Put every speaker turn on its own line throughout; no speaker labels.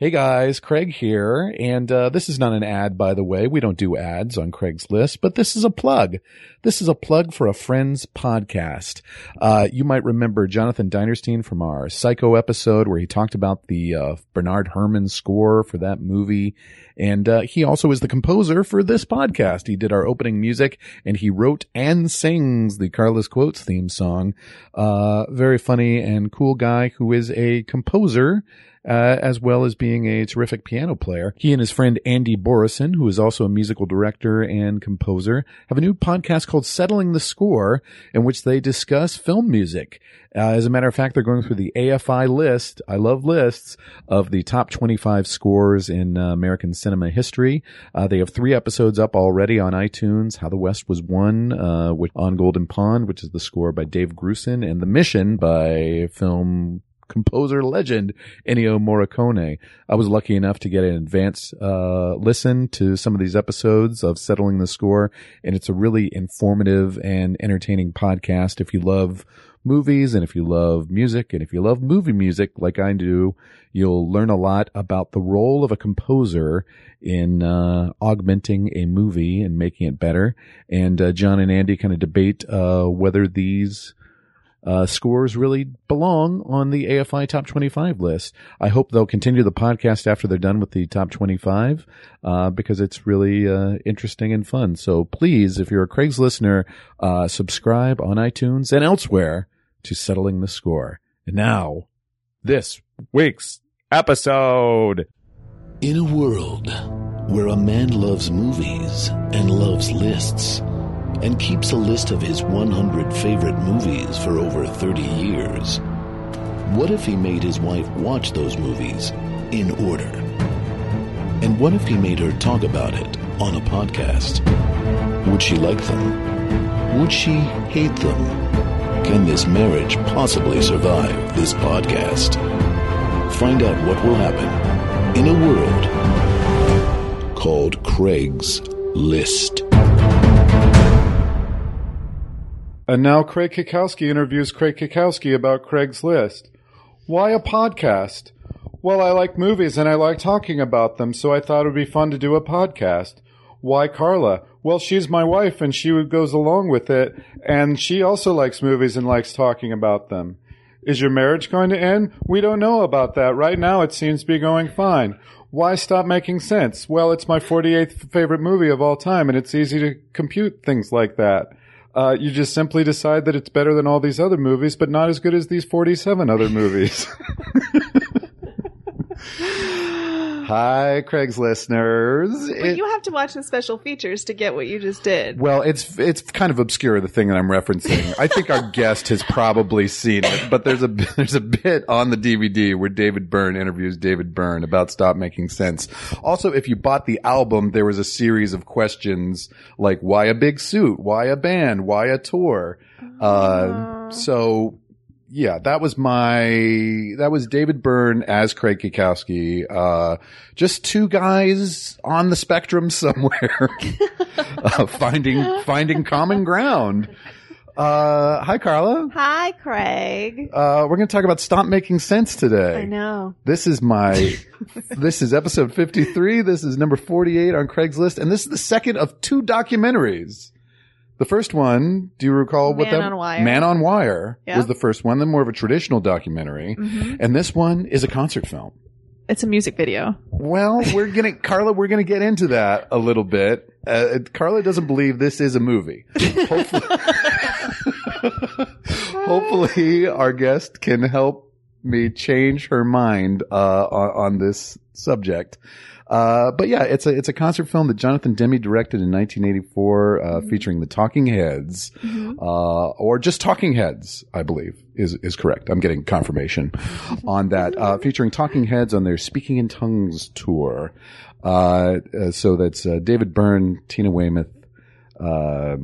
Hey guys, Craig here, and uh, this is not an ad, by the way. We don't do ads on Craigslist, but this is a plug. This is a plug for a friend's podcast. Uh, you might remember Jonathan Dinerstein from our Psycho episode, where he talked about the uh, Bernard Herrmann score for that movie, and uh, he also is the composer for this podcast. He did our opening music, and he wrote and sings the Carlos Quotes theme song. Uh, very funny and cool guy who is a composer uh, as well as being a terrific piano player. He and his friend Andy Borison, who is also a musical director and composer, have a new podcast called Settling the Score, in which they discuss film music. Uh, as a matter of fact, they're going through the AFI list, I love lists, of the top 25 scores in uh, American cinema history. Uh, they have three episodes up already on iTunes How the West Was Won, uh, which, on Golden Pond, which is the score by Dave Grusin, and The Mission by film composer legend Ennio Morricone. I was lucky enough to get an advance uh, listen to some of these episodes of Settling the Score, and it's a really informative and entertaining podcast. If you love movies and if you love music and if you love movie music like I do, you'll learn a lot about the role of a composer in uh, augmenting a movie and making it better. And uh, John and Andy kind of debate uh, whether these uh, scores really belong on the AFI Top 25 list. I hope they'll continue the podcast after they're done with the Top 25 uh, because it's really uh, interesting and fun. So please, if you're a Craig's listener, uh, subscribe on iTunes and elsewhere to Settling the Score. And now, this week's episode.
In a world where a man loves movies and loves lists and keeps a list of his 100 favorite movies for over 30 years, what if he made his wife watch those movies in order? And what if he made her talk about it on a podcast? Would she like them? Would she hate them? Can this marriage possibly survive this podcast? Find out what will happen in a world called Craig's List.
And now Craig Kikowski interviews Craig Kikowski about Craig's List. Why a podcast? Well, I like movies and I like talking about them, so I thought it would be fun to do a podcast. Why Carla? Well, she's my wife and she goes along with it, and she also likes movies and likes talking about them. Is your marriage going to end? We don't know about that. Right now, it seems to be going fine. Why stop making sense? Well, it's my 48th favorite movie of all time, and it's easy to compute things like that. Uh, you just simply decide that it's better than all these other movies, but not as good as these 47 other movies. Hi, Craig's listeners.
But
It-
you have to watch the special features to get what you just did.
well, it's it's kind of obscure the thing that I'm referencing. I think our guest has probably seen it, but there's a there's a bit on the DVD where David Byrne interviews David Byrne about stop making sense. Also, if you bought the album, there was a series of questions like why a big suit, why a band, why a tour. Uh, so yeah, that was my that was David Byrne as Craig Kikowski. Uh, just two guys on the spectrum somewhere, uh, finding finding common ground. Uh, hi, Carla.
Hi, Craig.
Uh, we're going to talk about stop making sense
I
today.
know.
This is my this is episode fifty three. This is number forty eight on Craigslist, and this is the second of two documentaries. The first one, do you recall what
Man
that
on Wire.
Man on Wire
Yeah. Mm-hmm.
was the first one, then more of a traditional documentary. And this one is a concert film.
It's a music video.
Well, we're gonna, Carla, we're gonna get into that a little bit. Uh, Carla doesn't believe this is a movie. Hopefully, hopefully our guest can help me change her mind, uh, on, on this subject. Uh, but yeah, it's a, it's a concert film that Jonathan Demme directed in 1984, uh, featuring the Talking Heads, uh, or just Talking Heads, I believe is, is correct. I'm getting confirmation on that, uh, featuring Talking Heads on their Speaking in Tongues tour. Uh, uh, so that's, uh, David Byrne, Tina Weymouth, uh,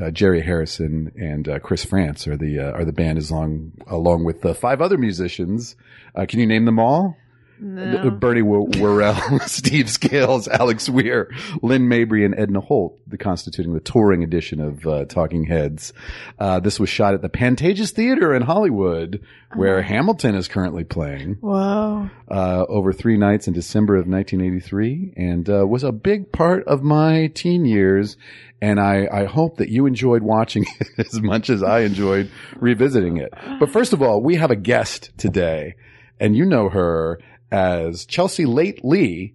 uh, Jerry Harrison and uh, Chris France are the uh, are the band as long along with uh, five other musicians. Uh, can you name them all?
No.
Bernie Wo- Worrell, Steve Scales, Alex Weir, Lynn Mabry, and Edna Holt, the constituting the touring edition of uh, Talking Heads. Uh, this was shot at the Pantages Theater in Hollywood, where Hamilton is currently playing
Whoa.
uh, over three nights in December of 1983 and uh, was a big part of my teen years. And I, I hope that you enjoyed watching it as much as I enjoyed revisiting it. But first of all, we have a guest today, and you know her as Chelsea Late Lee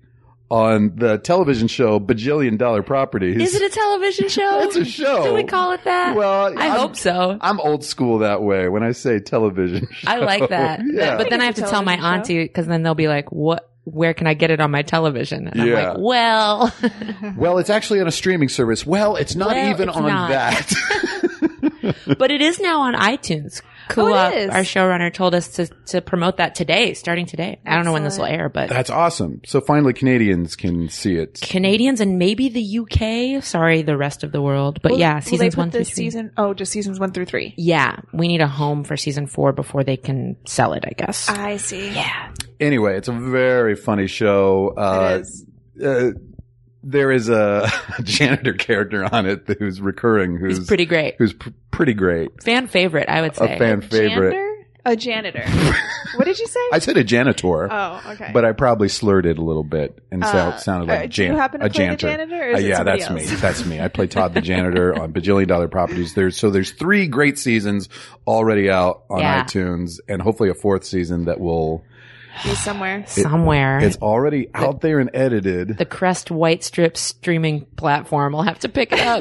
on the television show Bajillion Dollar Properties.
Is it a television show?
It's a show.
Can we call it that?
Well,
I
I'm-
hope so.
I'm old school that way when I say television.
I like that.
show. Oh, Yeah.
But then I have to tell my auntie because then they'll be like, "What? Where can I get it on my television?" And
Yeah.
I'm like, "Well,
Well, it's actually on a streaming service. Well, it's not
Well,
even
it's
on
not.
that.
but it is now on iTunes."
Oh, it
Kula,
is.
our showrunner, told us to to promote that today, starting today. I don't know when this will air, but
That's awesome. So finally, Canadians can see it.
Canadians and maybe the UK. Sorry, the rest of the world. But
Well,
yeah,
will they
seasons
put
one through
this
three.
season. Oh, just seasons one through three.
Yeah, we need a home for season four before they can sell it. I guess.
I see.
yeah.
Anyway, it's a very funny show. Uh,
it is.
uh, there is a janitor character on it who's recurring, who's
It's pretty great.
who's pr- pretty great,
Fan favorite, I would say.
a fan favorite.
Janitor? A janitor. what did you say?
I said a janitor,
oh, okay.
but I probably slurred it a little bit and so,
Uh,
sounded
uh,
like
do you
jan-
happen to
a
play the
janitor.
janitor, or is
Uh,
it
yeah,
somebody
that's
else?
me. That's me. I play Todd the janitor on Bajillion Dollar Properties. There's so there's three great seasons already out on
Yeah.
iTunes, and hopefully a fourth season that will.
Be somewhere.
somewhere.
It's already out there and edited.
the Crest White Strip streaming platform. I'll have to pick it up.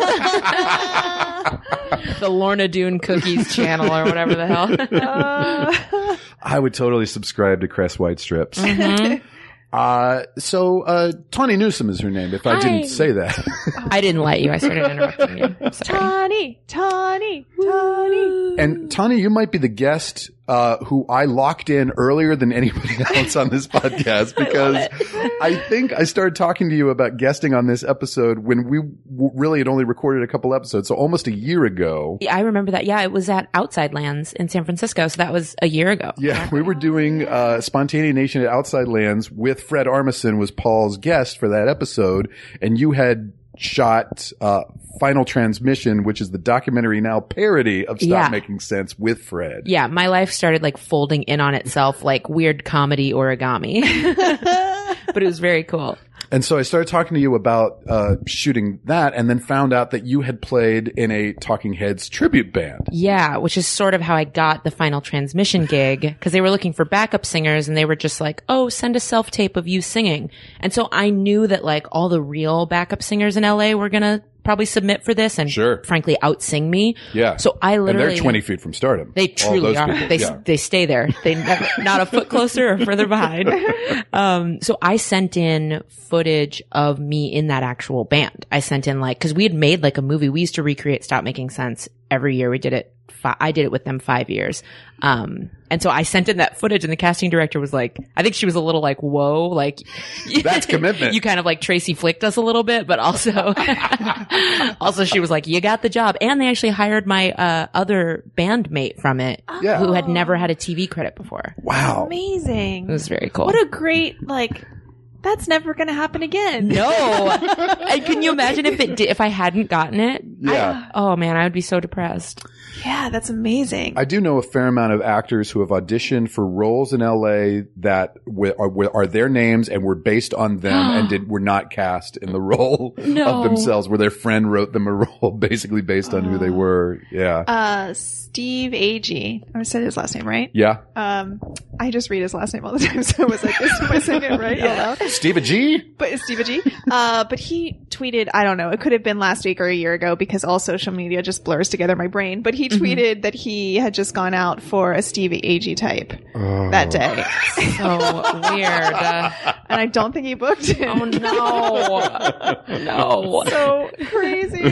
the Lorna Doone Cookies channel or whatever the hell.
Uh,
I would totally subscribe to Crest White Strips.
Mm. Mm-hmm.
Uh, so, uh, Tawny Newsom is her name, if I
Hi.
didn't say that.
I didn't let you. I started interrupting you. I'm sorry.
Tawny, Tawny, Tawny.
and Tawny, you might be the guest, uh, who I locked in earlier than anybody else on this podcast because I think I started talking to you about guesting on this episode when we w- really had only recorded a couple episodes. So almost a year ago.
Yeah, I remember that. Yeah, it was at Outside Lands in San Francisco. So that was a year ago.
Yeah, we were doing uh, Spontaneous Nation at Outside Lands with Fred Armisen was Paul's guest for that episode, and you had shot uh, Final Transmission, which is the documentary now parody of Stop
Yeah.
Making Sense with Fred.
Yeah, my life started like folding in on itself like weird comedy origami. but it was very cool.
And so I started talking to you about uh, shooting that, and then found out that you had played in a Talking Heads tribute band.
Yeah, which is sort of how I got the final transmission gig because they were looking for backup singers and they were just like, oh, send a self tape of you singing. And so I knew that like all the real backup singers in LA were going to probably submit for this and
Sure.
frankly outsing me.
Yeah.
So I
and
literally.
they're twenty feet from stardom.
They
All
truly
those
are.
people.
They,
Yeah.
they stay there. They never, not a foot closer or further behind. Um, so I sent in footage of me in that actual band. I sent in like, cause we had made like a movie. We used to recreate Stop Making Sense every year. We did it. Fi- I did it with them five years. Um, and so I sent in that footage and the casting director was like, I think she was a little like, whoa, like
That's commitment.
you kind of like Tracy flicked us a little bit, but also, also she was like, you got the job. And they actually hired my, uh, other bandmate from it
Yeah.
who had never had a TV credit before.
Wow.
It
Amazing.
was very cool.
What a great like. That's never going to happen again.
no. and can you imagine if it did, if I hadn't gotten it?
Yeah.
Oh man, I would be so depressed.
Yeah, that's amazing.
I do know a fair amount of actors who have auditioned for roles in LA that wi- are, wi- are their names and were based on them and did, were not cast in the role
No.
of themselves, where their friend wrote them a role basically based on
Ah.
who they were. Yeah.
uh, Steve Agee. I said his last name right.
yeah.
Um, I just read his last name all the time, so I was like, "This my second right." Hello.
Steve G?
but it's Steve G. Uh, but he tweeted, I don't know, it could have been last week or a year ago because all social media just blurs together my brain. But he tweeted that he had just gone out for a Stevie Ag type that day,
So weird. Uh,
and I don't think he booked it.
oh no. No.
so crazy.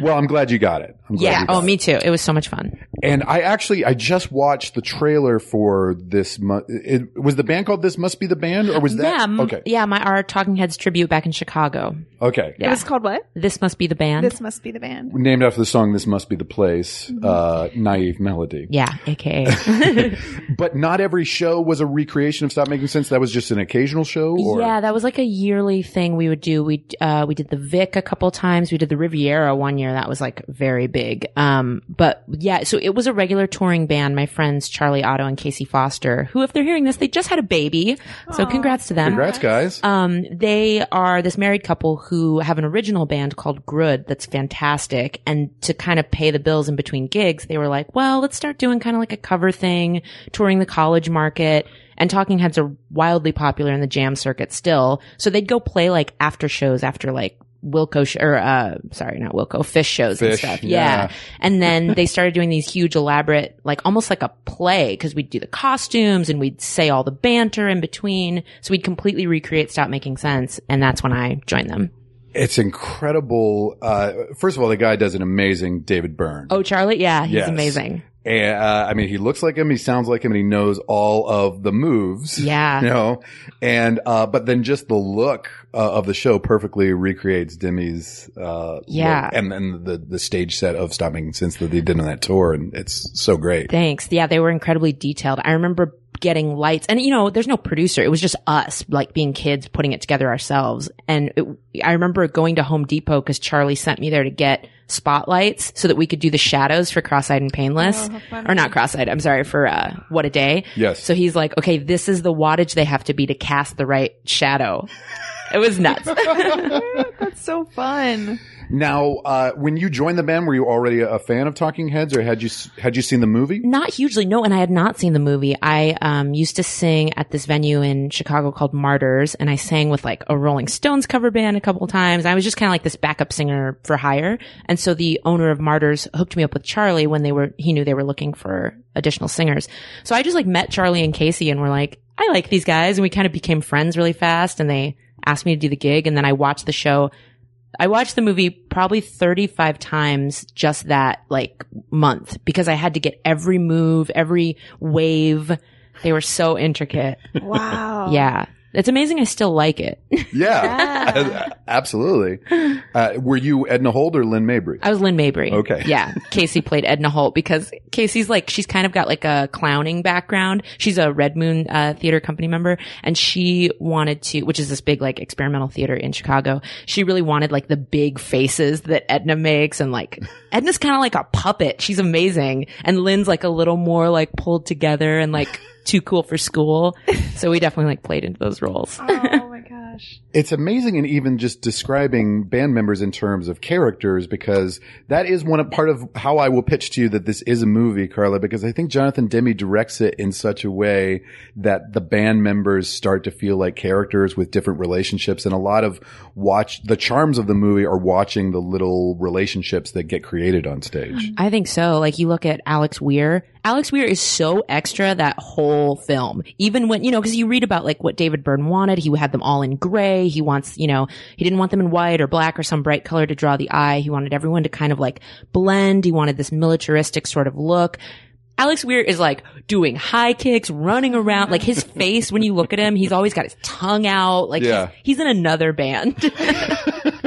Well, I'm glad you got it. I'm glad
yeah.
you got
Oh,
it.
me too. It was so much fun.
And I actually, I just watched the trailer for this. Mu- it, was the band called This Must Be the Band, or was
yeah.
that?
m-
okay.
Yeah. My our Talking Heads tribute back in Chicago.
Okay.
Yeah.
It was called what?
This must be the band.
This must be the band.
Named after the song This Must Be the Place,
Mm-hmm.
uh, Naive Melody.
yeah. AKA.
But not every show was a recreation of Stop Making Sense. That was just an occasional show? Or?
Yeah, that was like a yearly thing we would do. We uh, we did the Vic a couple times. We did the Riviera one year. That was like very big. Um, but yeah, so it was a regular touring band. My friends Charlie Otto and Casey Foster, who if they're hearing this, they just had a baby. So
Aw.
congrats to them.
Congrats, guys.
Um, they are this married couple who have an original band called Grud that's fantastic. And to kind of pay the bills in between gigs, they were like, well, let's start doing kind of like a cover thing, touring the college market. And Talking Heads are wildly popular in the jam circuit still. So they'd go play like after shows after like Wilco sh- or uh sorry not Wilco fish shows and
Fish,
stuff
yeah.
yeah. and then they started doing these huge elaborate like almost like a play because we'd do the costumes and we'd say all the banter in between so we'd completely recreate stop making sense and that's when I joined them
It's incredible. Uh, first of all, the guy does an amazing David Byrne.
oh Charlie yeah he's
Yes.
amazing
And, uh, I mean, he looks like him, he sounds like him, and he knows all of the moves.
yeah
You know, and uh, but then just the look uh, of the show perfectly recreates Demi's uh,
Yeah.
look. and and the the stage set of Stop Making Sense that they did on that tour, and it's so great.
Thanks. Yeah, they were incredibly detailed. I remember getting lights and you know, there's no producer. It was just us like being kids putting it together ourselves. And it, I remember going to Home Depot cause Charlie sent me there to get spotlights so that we could do the shadows for cross-eyed and painless
Oh, how funny.
or not cross-eyed. I'm sorry for, uh, what a day.
Yes.
So he's like, okay, this is the wattage they have to be to cast the right shadow. it was nuts.
That's so fun.
now, uh, when you joined the band, were you already a fan of Talking Heads, or had you s- had you seen the movie?
Not hugely, no. And I had not seen the movie. I um, used to sing at this venue in Chicago called Martyrs, and I sang with like a Rolling Stones cover band a couple times. I was just kind of like this backup singer for hire. And so the owner of Martyrs hooked me up with Charlie when they were he knew they were looking for additional singers. So I just like met Charlie and Casey, and were like, I like these guys, and we kind of became friends really fast. And they asked me to do the gig, and then I watched the show. I watched the movie probably 35 times just that like month because I had to get every move, every wave. They were so intricate.
Wow.
Yeah. It's amazing I still like it.
Yeah,
Yeah.
absolutely. Uh, were you Edna Holt or Lynn Mabry?
I was Lynn Mabry.
Okay.
Yeah. Casey played Edna Holt because Casey's like, she's kind of got like a clowning background. She's a Red Moon uh, theater company member and she wanted to, which is this big like experimental theater in Chicago. She really wanted like the big faces that Edna makes and like Edna's kind of like a puppet. She's amazing. And Lynn's like a little more like pulled together and like too cool for school. So we definitely like played into those roles.
Oh my gosh.
It's amazing, and even just describing band members in terms of characters, because that is one of, part of how I will pitch to you that this is a movie, Carla. Because I think Jonathan Demme directs it in such a way that the band members start to feel like characters with different relationships, and a lot of watch the charms of the movie are watching the little relationships that get created on stage.
I think so. Like you look at Alex Weir. Alex Weir is so extra that whole film. Even when, you know, cause you read about like what David Byrne wanted. He had them all in gray. He wants, you know, he didn't want them in white or black or some bright color to draw the eye. He wanted everyone to kind of like blend. He wanted this militaristic sort of look. Alex Weir is like doing high kicks, running around. Like his face, when you look at him, he's always got his tongue out. Like
Yeah.
he's, he's in another band.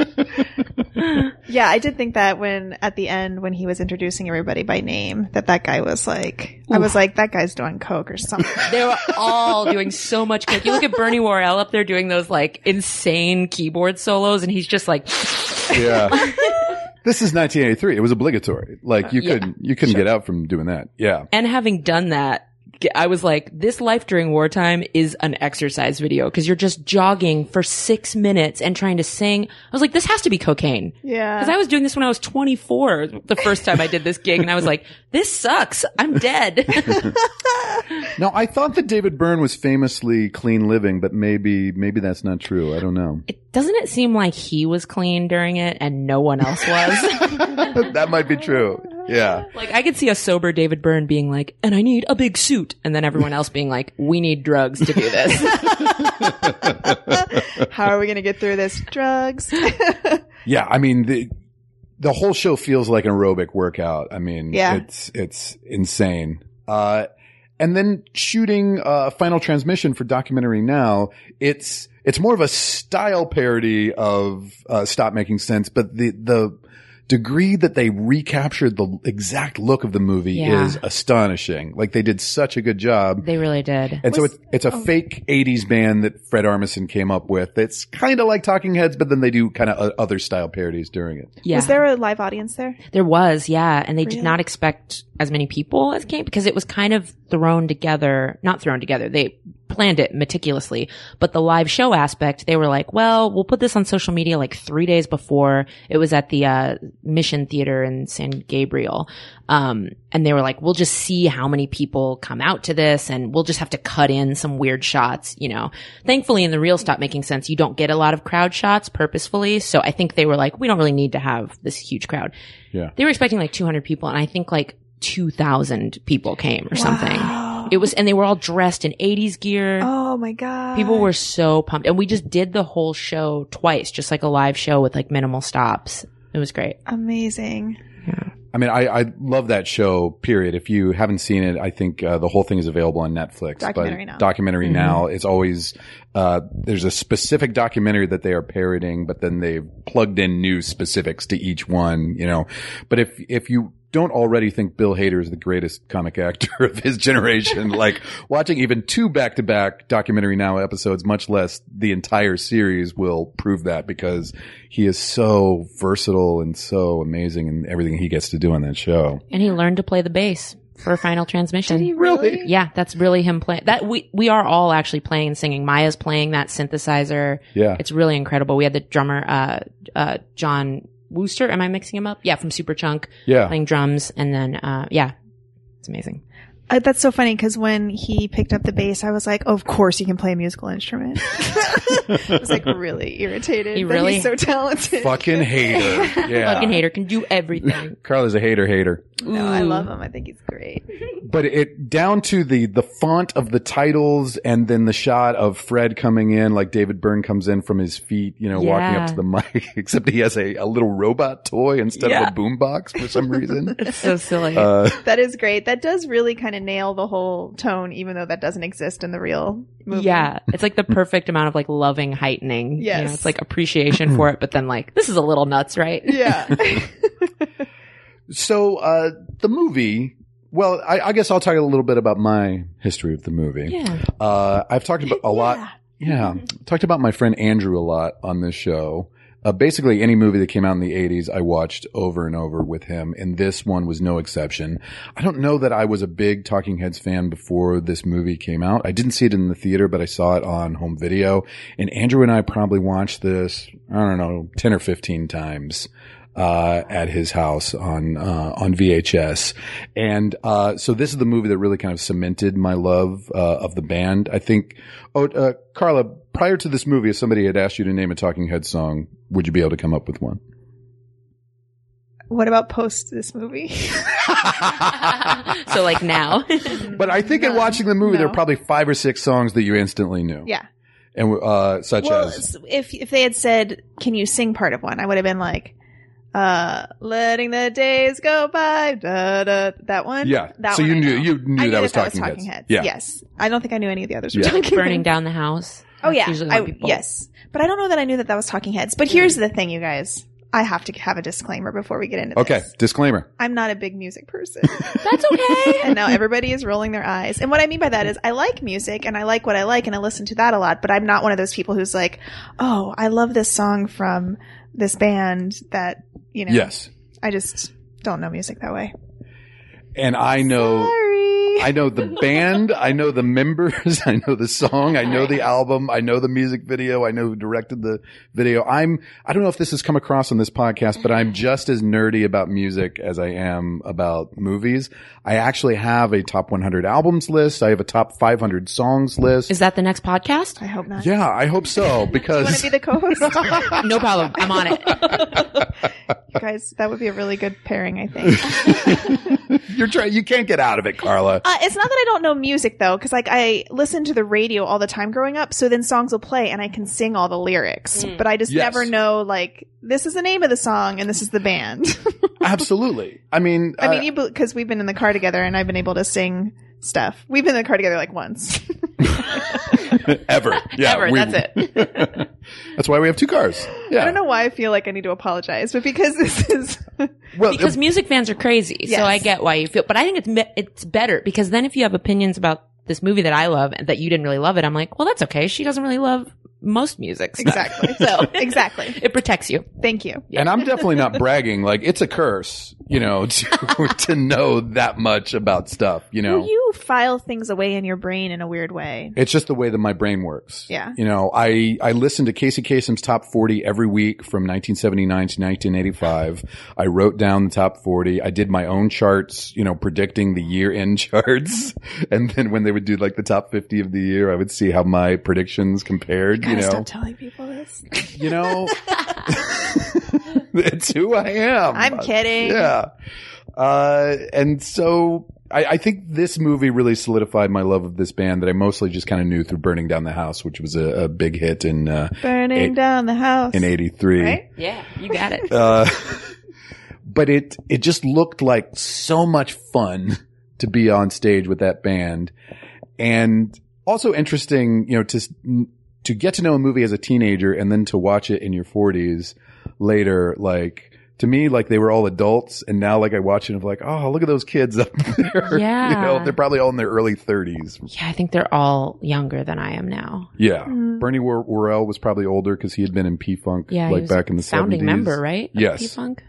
Yeah, I did think that when at the end when he was introducing everybody by name, that that guy was like, I was like, that guy's doing coke or something.
They were all doing so much coke. You look at Bernie Worrell up there doing those like insane keyboard solos, and he's just like,
Yeah. This is 1983. It was obligatory. Like you
Yeah,
couldn't you couldn't get out from doing that. Yeah.
and having done that, g- I was like, this life during wartime is an exercise video because you're just jogging for six minutes and trying to sing. I was like, this has to be cocaine.
Yeah.
Because I was doing this when I was 24, the first time I did this gig, and I was like, this sucks. I'm dead.
Now, I thought that David Byrne was famously clean living, but maybe maybe that's not true. I don't know.
It- Doesn't it seem like he was clean during it and no one else was?
that might be true. Yeah.
Like I could see a sober David Byrne being like, "And I need a big suit," and then everyone else being like, "We need drugs to do this."
How are we going to get through this? Drugs.
Yeah, I mean the the whole show feels like an aerobic workout. I mean,
Yeah.
it's it's insane. Uh, and then shooting uh, final transmission for documentary now, it's it's more of a style parody of uh, Stop Making Sense, but the the degree that they recaptured the exact look of the movie
Yeah.
is astonishing. Like they did such a good job.
They really did.
And so
Was-
it's, it's a
oh.
fake 80s band that Fred Armisen came up with. It's kind of like Talking Heads, but then they do kind of other style parodies during it.
Yeah.
Was there a live audience there?
There was, yeah. And they did
Really?
not expect as many people as came because it was kind of thrown together, not thrown together. They planned it meticulously, but the live show aspect, they were like, well, we'll put this on social media like three days before it was at the, uh, Mission Theater in San Gabriel. Um, and they were like, we'll just see how many people come out to this and we'll just have to cut in some weird shots, you know. Thankfully in the real stop making sense, you don't get a lot of crowd shots purposefully. So I think they were like, we don't really need to have this huge crowd they were expecting like 200 people and i think like 2000 people came or something
Wow.
it was and they were all dressed in 80s gear
oh my god.
people were so pumped and we just did the whole show twice just like a live show with like minimal stops it was great
amazing.
I mean, I, I love that show, period. If you haven't seen it, I think uh, the whole thing is available on Netflix.
Documentary
but
Now.
Documentary
Mhm.
Now. It's always, uh, there's a specific documentary that they are parodying, but then they've plugged in new specifics to each one, you know. But if, if you, don't already think Bill Hader is the greatest comic actor of his generation. like watching even two back to back documentary now episodes, much less the entire series will prove that because he is so versatile and so amazing in everything he gets to do on that show.
and he learned to play the bass for final transmission
Did he really?
Really?
yeah that's really him playing that we we are all actually playing and singing maya's playing that synthesizer
Yeah.
it's really incredible we had the drummer uh uh john wooster am i mixing him up yeah from superchunk
Yeah.
playing drums and then uh yeah it's amazing
Uh, that's so funny because when he picked up the bass, I was like, "Of course, he can play a musical instrument." I was like, really irritated.
He
that
really-
he's so talented.
Fucking hater. Yeah.
fucking hater can do everything.
Carla's a hater hater.
No, I
Ooh.
love him. I think he's great.
But it down to the the font of the titles and then the shot of Fred coming in, like David Byrne comes in from his feet, you know, walking
Yeah.
up to the mic, except he has a, a little robot toy instead of
Yeah.
a boombox for some reason.
so silly.
uh,
That is great. That does really kind of nail the whole tone, even though that doesn't exist in the real movie.
yeah, it's like the perfect amount of like loving heightening. Yeah,
Yes.
it's like appreciation for it, but then like this is a little nuts, right?
Yeah.
so uh, the movie. Well, I, I guess I'll talk a little bit about my history of the movie.
Yeah.
Uh, I've talked about a lot Yeah. Talked about my friend Andrew a lot on this show. Uh, basically, any movie that came out in the 80s, I watched over and over with him, and this one was no exception. I don't know that I was a big Talking Heads fan before this movie came out. I didn't see it in the theater, but I saw it on home video, and Andrew and I probably watched this, I don't know, 10 or 15 times. Uh, at his house on uh, on VHS, and uh, so this is the movie that really kind of cemented my love uh, of the band. I think Oh, uh, Carla, prior to this movie, if somebody had asked you to name a Talking Head song, would you be able to come up with one?
What about post this movie?
so like now,
But I think in
None.
watching the movie, there
No.
were probably five or six songs that you instantly knew.
Yeah.
And uh, such
well,
as
s- if if they had said, "Can you sing part of one?" I would have been like, "Uh, letting the days go by." Da, da, that one.
yeah.
That
so
one
you
I
knew
know.
you knew
I
that,
knew
was,
that
talking
was Talking
Heads.
Heads.
Yeah.
Yes. I don't think I knew any of the others were
Yeah.
Talking
burning
Heads.
down the house.
Oh
That's
yeah,
usually
I,
what people-
yes, but I don't know that I knew that that was Talking Heads. But here's the thing, you guys, I have to have a disclaimer before we get into
Okay.
this.
Disclaimer.
I'm not a big music person,
That's okay.
and now everybody is rolling their eyes. And what I mean by that is, I like music and I like what I like, and I listen to that a lot. But I'm not one of those people who's like, oh, I love this song from this band that you know.
Yes.
I just don't know music that way.
And I know.
Sorry.
I know the band. I know the members. I know the song. I know the album. I know the music video. I know who directed the video. I'm, I don't know if this has come across on this podcast, but I'm just as nerdy about music as I am about movies. I actually have a top 100 albums list. I have a top 500 songs list.
Is that the next podcast?
I hope not.
yeah, I hope so
Do you want to
because
be the co-host?
No problem. I'm on it.
you guys, that would be a really good pairing, I think.
you're trying, you can't get out of it, Carla.
Uh, it's not that I don't know music though, because like I listened to the radio all the time growing up. So then songs will play and I can sing all the lyrics,
Mm.
but I just
Yes.
never know like this is the name of the song and this is the band.
Absolutely. I mean,
I
uh,
mean, because we've been in the car together and I've been able to sing stuff. We've been in the car together like once.
uh, ever. Yeah,
Ever, that's
it. that's why we have two cars. Yeah.
I don't know why I feel like I need to apologize, but because this is
Well,
because music fans are crazy.
Yes.
So I get why you feel, but I think it's me- it's better because then if you have opinions about this movie that I love and that you didn't really love it, I'm like, well, that's okay. She doesn't really love most music. stuff.
exactly so exactly.
It protects you.
Thank you.
and I'm definitely not bragging. Like it's a curse, you know, to, to know that much about stuff, you know.
Well, you file things away in your brain in a weird way.
It's just the way that my brain works.
Yeah.
You know, I, I listen to Casey Kasem's top 40 every week from 1979 to 1985. I wrote down the top 40. I did my own charts, you know, predicting the year end charts. And then when they would do like the top 50 of the year, I would see how my predictions compared, you,
Gotta
know,
stop telling people this.
you know, it's who I am.
I'm kidding.
Yeah. Uh, and so I, I think this movie really solidified my love of this band that I mostly just kind of knew through Burning Down the House, which was a, a big hit in, uh,
Burning
Eight-
down the house.
in 83.
Right?
Yeah, you got it.
Uh, but it, it just looked like so much fun to be on stage with that band. And also interesting, you know, to, s- to get to know a movie as a teenager and then to watch it in your forties later, like, to me, like they were all adults, and now like I watch it and I'm like, oh, look at those kids up there. you know,
Yeah.
they're probably all in their early thirties.
yeah, I think they're all younger than I am now.
Yeah,
Mm.
Bernie Wor- Worrell was probably older because he had been in P Funk
Yeah, he
like
was
back in the
Founding
70s.
member, right? of
Yes.
P-Funk?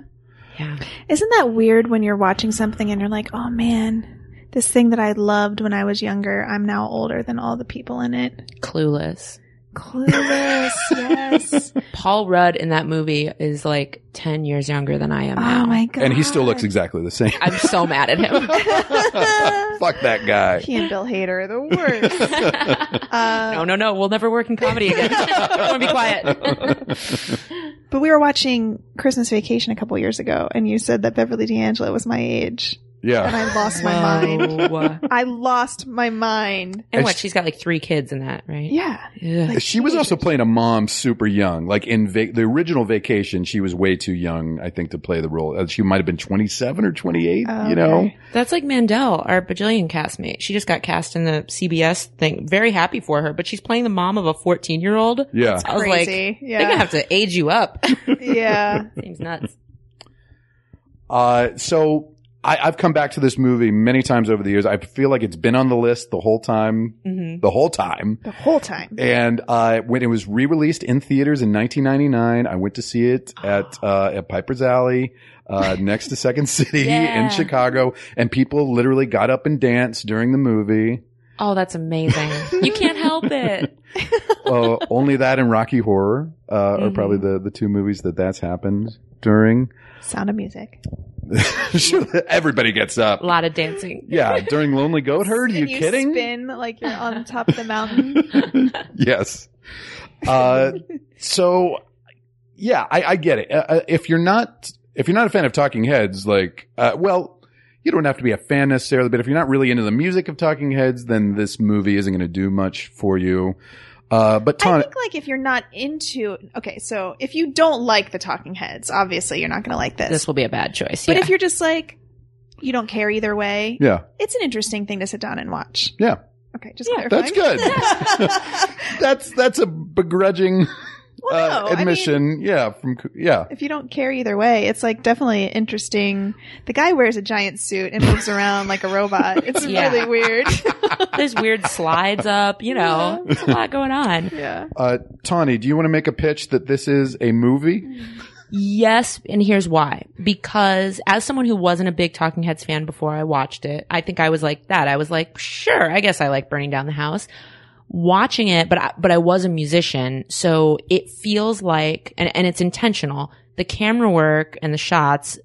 Yeah.
Isn't that weird when you're watching something and you're like, oh man, this thing that I loved when I was younger, I'm now older than all the people in it.
Clueless.
Clueless, yes.
Paul Rudd in that movie is like 10 years younger than I am now.
Oh my god.
And he still looks exactly the same.
I'm so mad at him.
Fuck that guy.
He and Bill Hader are the worst. Uh,
no, no, no. We'll never work in comedy again. I want to be quiet.
But we were watching Christmas Vacation a couple years ago, and you said that Beverly D'Angelo was my age, and
Yeah.
I lost my mind.
Whoa.
I lost my mind.
And what? She's got like three kids in that, right?
Yeah.
Ugh.
She was also playing a mom super young. Like in va- the original Vacation, she was way too young, I think, to play the role. Uh, She might have been 27 or 28, you know?
Okay.
That's like Mandel, our bajillion castmate. She just got cast in the CBS thing. Very happy for her, but she's playing the mom of a 14 year old.
Yeah.
I was like,
Crazy.
They're gonna
yeah.
have to age you up.
yeah.
Seems nuts.
Uh, so I, I've come back to this movie many times over the years. I feel like it's been on the list the whole time,
Mm-hmm.
hmm
the whole time.
The whole time.
And uh, when it was re-released in theaters in 1999, I went to see it at uh, at Piper's Alley uh, next to Second City
Yeah.
in Chicago, and people literally got up and danced during the movie.
Oh, that's amazing. you can't help it.
uh, only that and Rocky Horror uh, are
Mhm.
probably the the two movies that that's happened during.
Sound of Music.
sure, everybody gets up.
A lot of dancing.
Yeah, during Lonely Goat Herd. Are you,
And you
kidding?
Spin like you're on top of the mountain.
yes. Uh, so yeah, I, I get it. Uh, Uh, if you're not, if you're not a fan of Talking Heads, like, uh, well, you don't have to be a fan necessarily, but if you're not really into the music of Talking Heads, then this movie isn't going to do much for you. Uh, but
I
Ton,
think like if you're not into okay, so if you don't like the Talking Heads, obviously you're not gonna like this.
This will be a bad choice.
but
yeah.
if you're just like you don't care either way,
yeah,
it's an interesting thing to sit down and watch.
yeah,
Okay, just
that's
clarifying.
good. that's that's a begrudging
well,
uh,
no, I mean,
admission. yeah, from yeah.
if you don't care either way, it's like definitely interesting. The guy wears a giant suit and moves around like a robot. It's
Yeah.
really weird.
There's weird slides up, you know, there's a lot going on.
yeah.
Uh, Tawny, do you want to make a pitch that this is a movie?
Yes, and here's why. Because as someone who wasn't a big Talking Heads fan before I watched it, I think I was like that. I was like, sure, I guess I like burning down the house. Watching it, but I, but I was a musician, so it feels like, and, and it's intentional. The camera work and the shots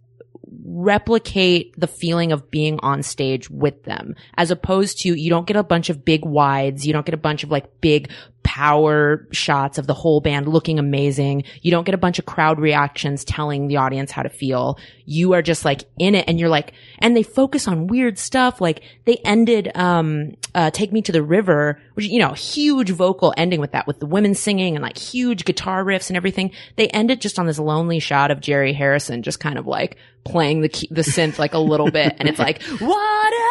replicate the feeling of being on stage with them as opposed to you don't get a bunch of big wides you don't get a bunch of like big power shots of the whole band looking amazing. You don't get a bunch of crowd reactions telling the audience how to feel. You are just like in it and you're like, and they focus on weird stuff. Like they ended, um, uh, Take Me to the River, which, you know, huge vocal ending with that, with the women singing and like huge guitar riffs and everything. They ended just on this lonely shot of Jerry Harrison just kind of like playing the key, the synth like a little bit. And it's like, what up?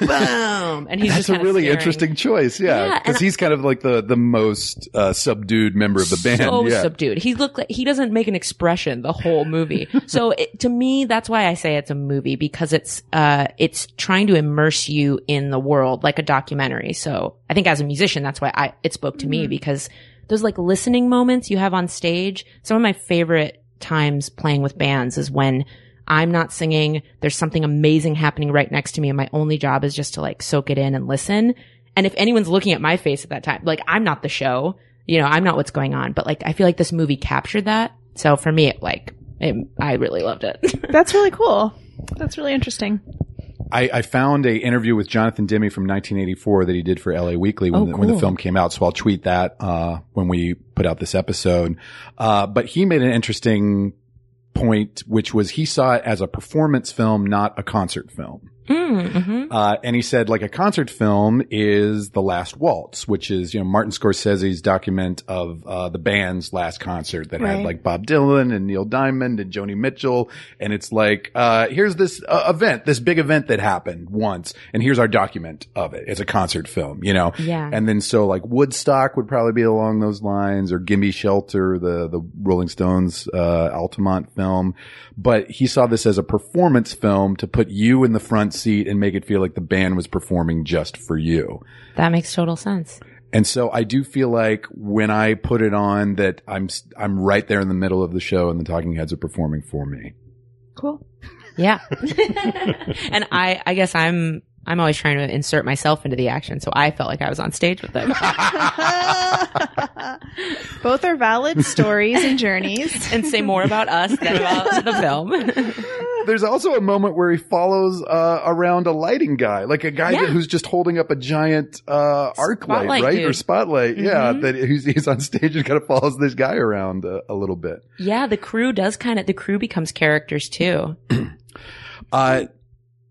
Boom. And he's
That's
just
a
kinda
really
staring.
interesting choice. Yeah.
Yeah, and
Because he's kind of like the, the most uh, subdued member of the band.
so
yeah.
subdued. He looked like he doesn't make an expression the whole movie. so it, to me, that's why I say it's a movie because it's uh it's trying to immerse you in the world like a documentary. So I think as a musician, that's why I it spoke to me
Mhm.
Mm-hmm.
because those like listening moments you have on stage. Some of my favorite times playing with bands is when. I'm not singing. There's something amazing happening right next to me. And my only job is just to like soak it in and listen. And if anyone's looking at my face at that time, like I'm not the show, you know, I'm not what's going on, but like I feel like this movie captured that. So for me, it like, it, I really loved it.
That's really cool. That's really interesting.
I, I found a interview with Jonathan Demme from 1984 that he did for LA Weekly when,
Oh,
the, when the
cool.
film came out. So I'll tweet that uh, when we put out this episode. Uh, but he made an interesting point, which was he saw it as a performance film, not a concert film.
mm-hmm.
Uh, and he said, like a concert film is The Last Waltz, which is, you know, Martin Scorsese's document of, uh, the band's last concert that had
Right.
like Bob Dylan and Neil Diamond and Joni Mitchell. And it's like, uh, here's this uh, event, this big event that happened once. And here's our document of it. It's a concert film, you know?
Yeah.
And then so like Woodstock would probably be along those lines or Gimme Shelter, the, the Rolling Stones, uh, Altamont film. But he saw this as a performance film to put you in the front seat and make it feel like the band was performing just for you.
that makes total sense.
And so I do feel like when I put it on that I'm, s- I'm right there in the middle of the show and the talking heads are performing for me.
Cool.
Yeah. and I, I guess I'm, I'm always trying to insert myself into the action. So I felt like I was on stage with them.
Both are valid stories and journeys.
and say more about us than about the film.
There's also a moment where he follows uh, around a lighting guy, like a guy
Yeah.
that, who's just holding up a giant uh, arc light,
Spotlight
right,
dude.
or spotlight. Yeah,
Mhm.
that he's, he's on stage and kind of follows this guy around a, a little bit.
yeah. The crew does kind of, the crew becomes characters too.
Uh,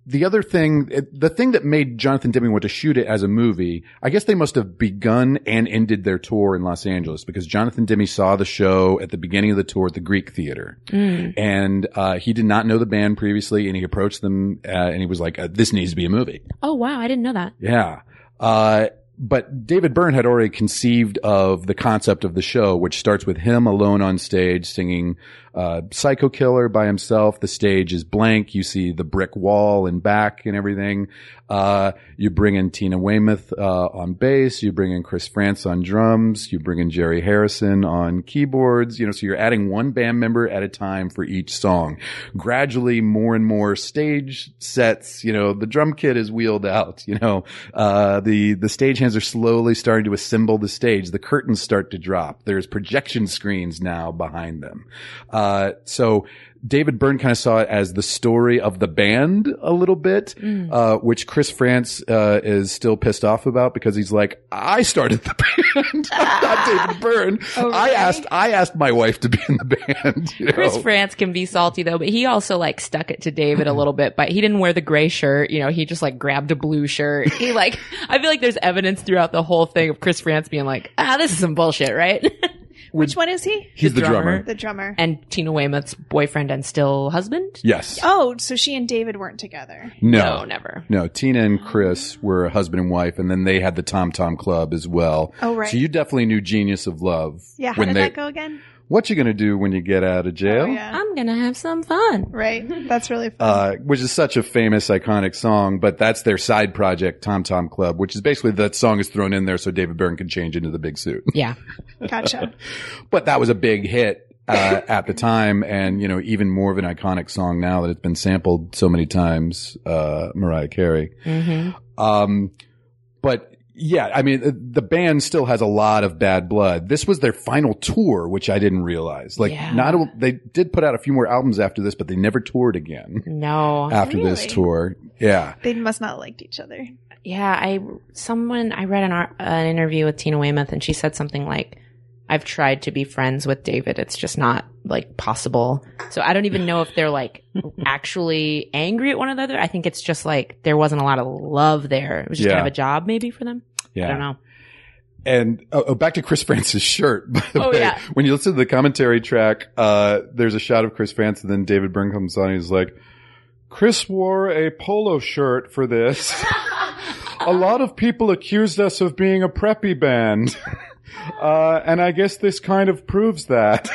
the other thing, it- the thing that made Jonathan Demme want to shoot it as a movie, I guess they must have begun and ended their tour in Los Angeles because Jonathan Demme saw the show at the beginning of the tour at the Greek Theater.
Mm.
And, uh, he did not know the band previously and he approached them, uh, and he was like, uh, this needs to be a movie.
Oh, wow. I didn't know that.
Yeah. Uh, but David Byrne had already conceived of the concept of the show, which starts with him alone on stage singing uh, Psycho Killer by himself. The stage is blank. You see the brick wall and back and everything. Uh, you bring in Tina Weymouth uh, on bass. You bring in Chris France on drums. You bring in Jerry Harrison on keyboards. You know, so you're adding one band member at a time for each song. Gradually, more and more stage sets. You know, the drum kit is wheeled out. You know, uh, the the stagehands are slowly starting to assemble the stage. The curtains start to drop. There's projection screens now behind them. Uh, so David Byrne kind of saw it as the story of the band a little bit, uh, which Chris France uh, is still pissed off about because he's like, I started the band, I'm not David Byrne.
Oh,
I
really?
asked I asked my wife to be in the band. You know?
Chris France can be salty though, but he also like stuck it to David a little bit, but he didn't wear the gray shirt. You know, he just like grabbed a blue shirt. He like, I feel like there's evidence throughout the whole thing of Chris France being like, ah, this is some bullshit, right?
Which one is he?
he's the,
the
drummer.
drummer.
The drummer.
and Tina Weymouth's boyfriend and still husband?
Yes.
Oh, so she and David weren't together.
no. no.
never.
Tina and Chris were a husband and wife, and then they had the Tom Tom Club as well.
Oh, right.
So you definitely knew Genius of Love.
yeah, how
when
did
they-
that go again?
What you gonna do when you get out of jail?
Oh, yeah.
I'm gonna have some fun.
Right. That's really fun.
uh, which is such a famous, iconic song, but that's their side project, Tom Tom Club, which is basically that song is thrown in there so David Byrne can change into the big suit.
Yeah.
Uh,
gotcha.
But that was a big hit. Uh, at the time, and you know, even more of an iconic song now that it's been sampled so many times, uh, Mariah Carey.
Mm-hmm.
Um, but yeah, I mean, uh, the band still has a lot of bad blood. This was their final tour, which I didn't realize. Like,
Yeah.
not a, they did put out a few more albums after this, but they never toured again
No.
after this
Really?
tour. Yeah.
They must not have liked each other.
yeah, I someone I read an ar- an interview with Tina Weymouth and she said something like I've tried to be friends with David. It's just not like possible. So I don't even know if they're like actually angry at one another. I think it's just like there wasn't a lot of love there. It was just kind
Yeah.
of a job maybe for them.
Yeah.
I don't know.
And oh, oh, back to Chris France's shirt, by the
Oh,
way.
yeah.
When you listen to the commentary track, uh, there's a shot of Chris France and then David Byrne comes on and he's like, Chris wore a polo shirt for this. a lot of people accused us of being a preppy band. Uh, and I guess this kind of proves that.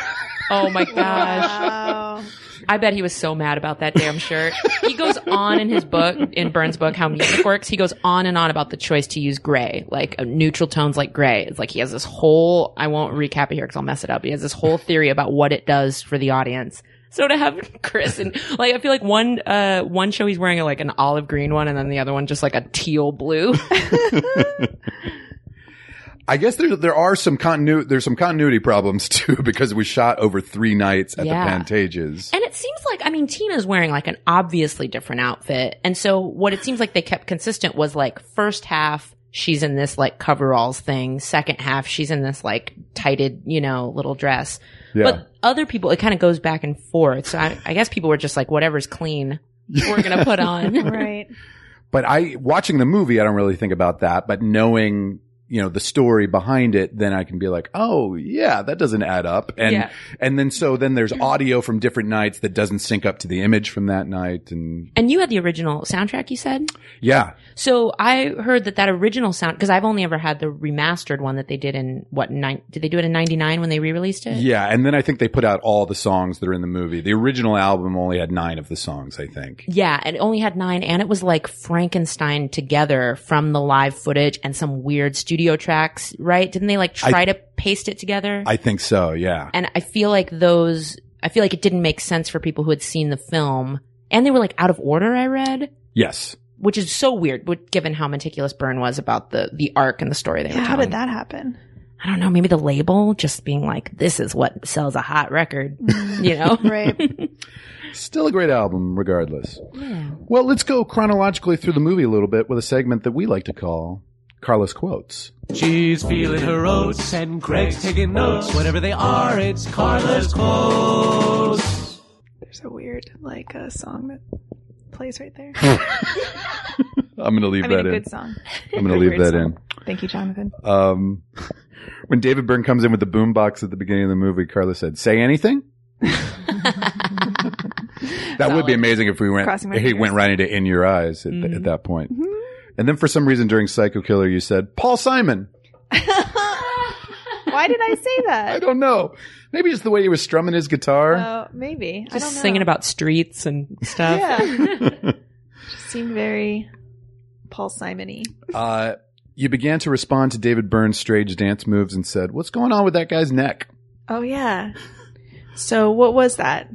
Oh my gosh.
Wow.
I bet he was so mad about that damn shirt. He goes on in his book, in Burns' book, How Music Works, he goes on and on about the choice to use gray, like uh, neutral tones like gray. It's like he has this whole, I won't recap it here because I'll mess it up. He has this whole theory about what it does for the audience. So to have Chris and like I feel like one uh one show he's wearing like an olive green one and then the other one just like a teal blue.
I guess there, there are some continu- there's some continuity problems too because we shot over three nights at
Yeah.
the Pantages.
And it seems like, I mean, Tina's wearing like an obviously different outfit. And so what it seems like they kept consistent was like first half, she's in this like coveralls thing. Second half, she's in this like tighted, you know, little dress.
Yeah.
But other people, it kind of goes back and forth. So I, I guess people were just like, whatever's clean, we're going to put on.
right.
but I watching the movie, I don't really think about that. But knowing you know the story behind it, then I can be like, oh yeah, that doesn't add up. And
Yeah.
and then so then there's audio from different nights that doesn't sync up to the image from that night. And
and you had the original soundtrack, you said?
yeah,
So I heard that that original sound, because I've only ever had the remastered one that they did in what, nine, did they do it in 99 when they re-released it?
yeah. And then I think they put out all the songs that are in the movie. The original album only had nine of the songs, I think.
Yeah, it only had nine, and it was like Frankenstein together from the live footage and some weird studio tracks, right? Didn't they like try to paste it together?
I think so. Yeah.
and I feel like those, I feel like it didn't make sense for people who had seen the film, and they were like out of order. I read,
Yes.
which is so weird, but given how meticulous Byrne was about the the arc and the story they were
How
telling.
did that happen?
I don't know. Maybe the label just being like, "This is what sells a hot record," you know?
Right.
Still a great album, regardless.
Yeah.
Well, let's go chronologically through the movie a little bit with a segment that we like to call Carlos quotes.
She's feeling her oats and Craig's taking notes. Whatever they are, it's Carla's quotes.
There's a weird like uh, song that plays right there.
I'm going to leave
I mean, a
that in.
good song.
I'm going
A
to leave
weird
that
song.
in.
Thank you, Jonathan.
Um, when David Byrne comes in with the boombox at the beginning of the movie, Carla said, "Say anything." that would be amazing if we went.
Crossing my
He
fingers. Mm-hmm.
went right into "In Your Eyes" at, th- at that point. And then for some reason during Psycho Killer, you said Paul Simon.
Why did I say
I
that?
don't know. Maybe it's the way he was strumming his guitar.
Uh, maybe I
Just
don't know.
singing about streets and stuff.
Yeah. Just seemed very Paul Simony.
Uh, you began to respond to David Byrne's strange dance moves and said, "What's going on with that guy's neck?"
Oh yeah. So what was that?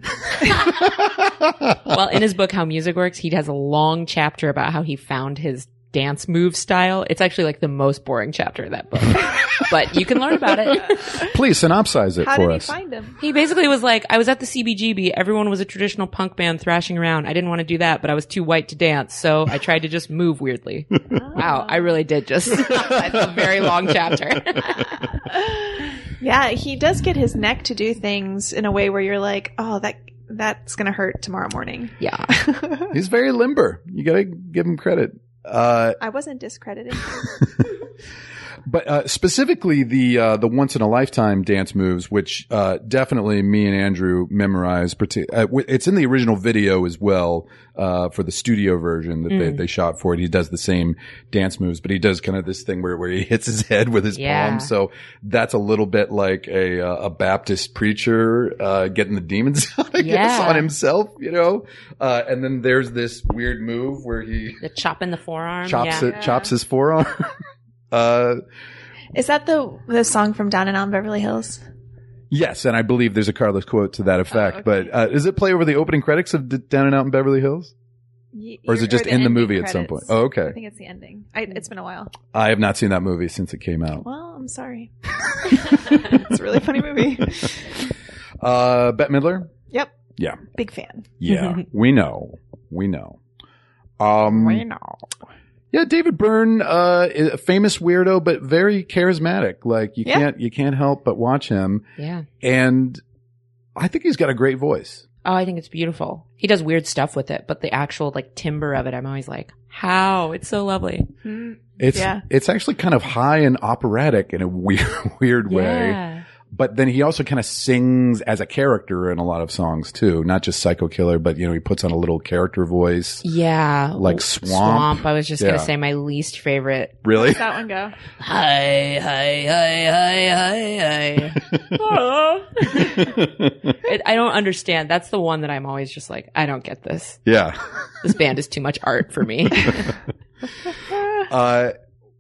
well, in his book, How Music Works, he has a long chapter about how he found his dance move style. It's actually like the most boring chapter of that book, but you can learn about it.
Please synopsize it
How
for
did
us.
he find him?
He basically was like, I was at the CBGB. Everyone was a traditional punk band thrashing around. I didn't want to do that, but I was too white to dance. So I tried to just move weirdly. Wow. I really did just synopsize a very long chapter.
Yeah, he does get his neck to do things in a way where you're like, oh, that that's gonna hurt tomorrow morning.
yeah.
He's very limber. You got to give him credit. Uh,
I wasn't discredited.
but uh, specifically the uh, the once in a lifetime dance moves, which uh, definitely me and Andrew memorized. Parti- uh, wi- it's in the original video as well uh, for the studio version that
Mm.
they, they shot for it. He does the same dance moves, but he does kind of this thing where, where he hits his head with his
Yeah.
palm. So that's a little bit like a uh, a Baptist preacher uh, getting the demons out, I guess,
Yeah.
on himself. You know, uh, and then there's this weird move where he
The chop in the forearm.
chops
yeah.
it, chops his forearm. uh,
Is that the the song from Down and Out in Beverly Hills?
yes, and I believe
Oh,
there's a Carlos quote to that effect. But uh, does it play over the opening credits of D- Down and Out in Beverly Hills? Or is it just in the movie at some point? Oh, okay.
I think it's the ending. I, it's been a while.
I have not seen that movie since it came out.
Well, I'm sorry. it's a really funny movie.
Uh, Bette Midler?
Yep.
Yeah.
Big fan.
Yeah. we know. We know. Um,
know.
Yeah, David Byrne, uh, is a famous weirdo, but very charismatic. Like you
Yeah.
can't, you can't help but watch him.
Yeah.
And I think he's got a great voice.
Oh, I think it's beautiful. He does weird stuff with it, but the actual like timber of it, I'm always like, how? It's so lovely.
Hmm,
It's,
Yeah.
it's actually kind of high and operatic in a weird, weird way.
Yeah.
But then he also kind of sings as a character in a lot of songs too, not just Psycho Killer, but you know, he puts on a little character voice.
Yeah.
Like
Oh,
swamp.
I was just
Yeah.
going to say my least favorite.
Really?
That one go.
Hi, hi, hi, hi, hi, hi. Oh. It- I don't understand. That's the one that I'm always just like, I don't get this.
yeah.
This band is too much art for me.
Uh,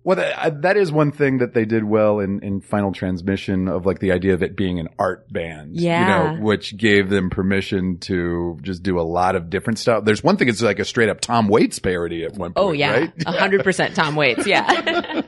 well, that, I- that is one thing that they did well in, in Final Transmission of like the idea of it being an art band.
Yeah.
You know, which gave them permission to just do a lot of different stuff. There's one thing, it's like a straight up Tom Waits parody at one point.
Oh yeah,
Right?
a hundred percent Tom Waits. Yeah,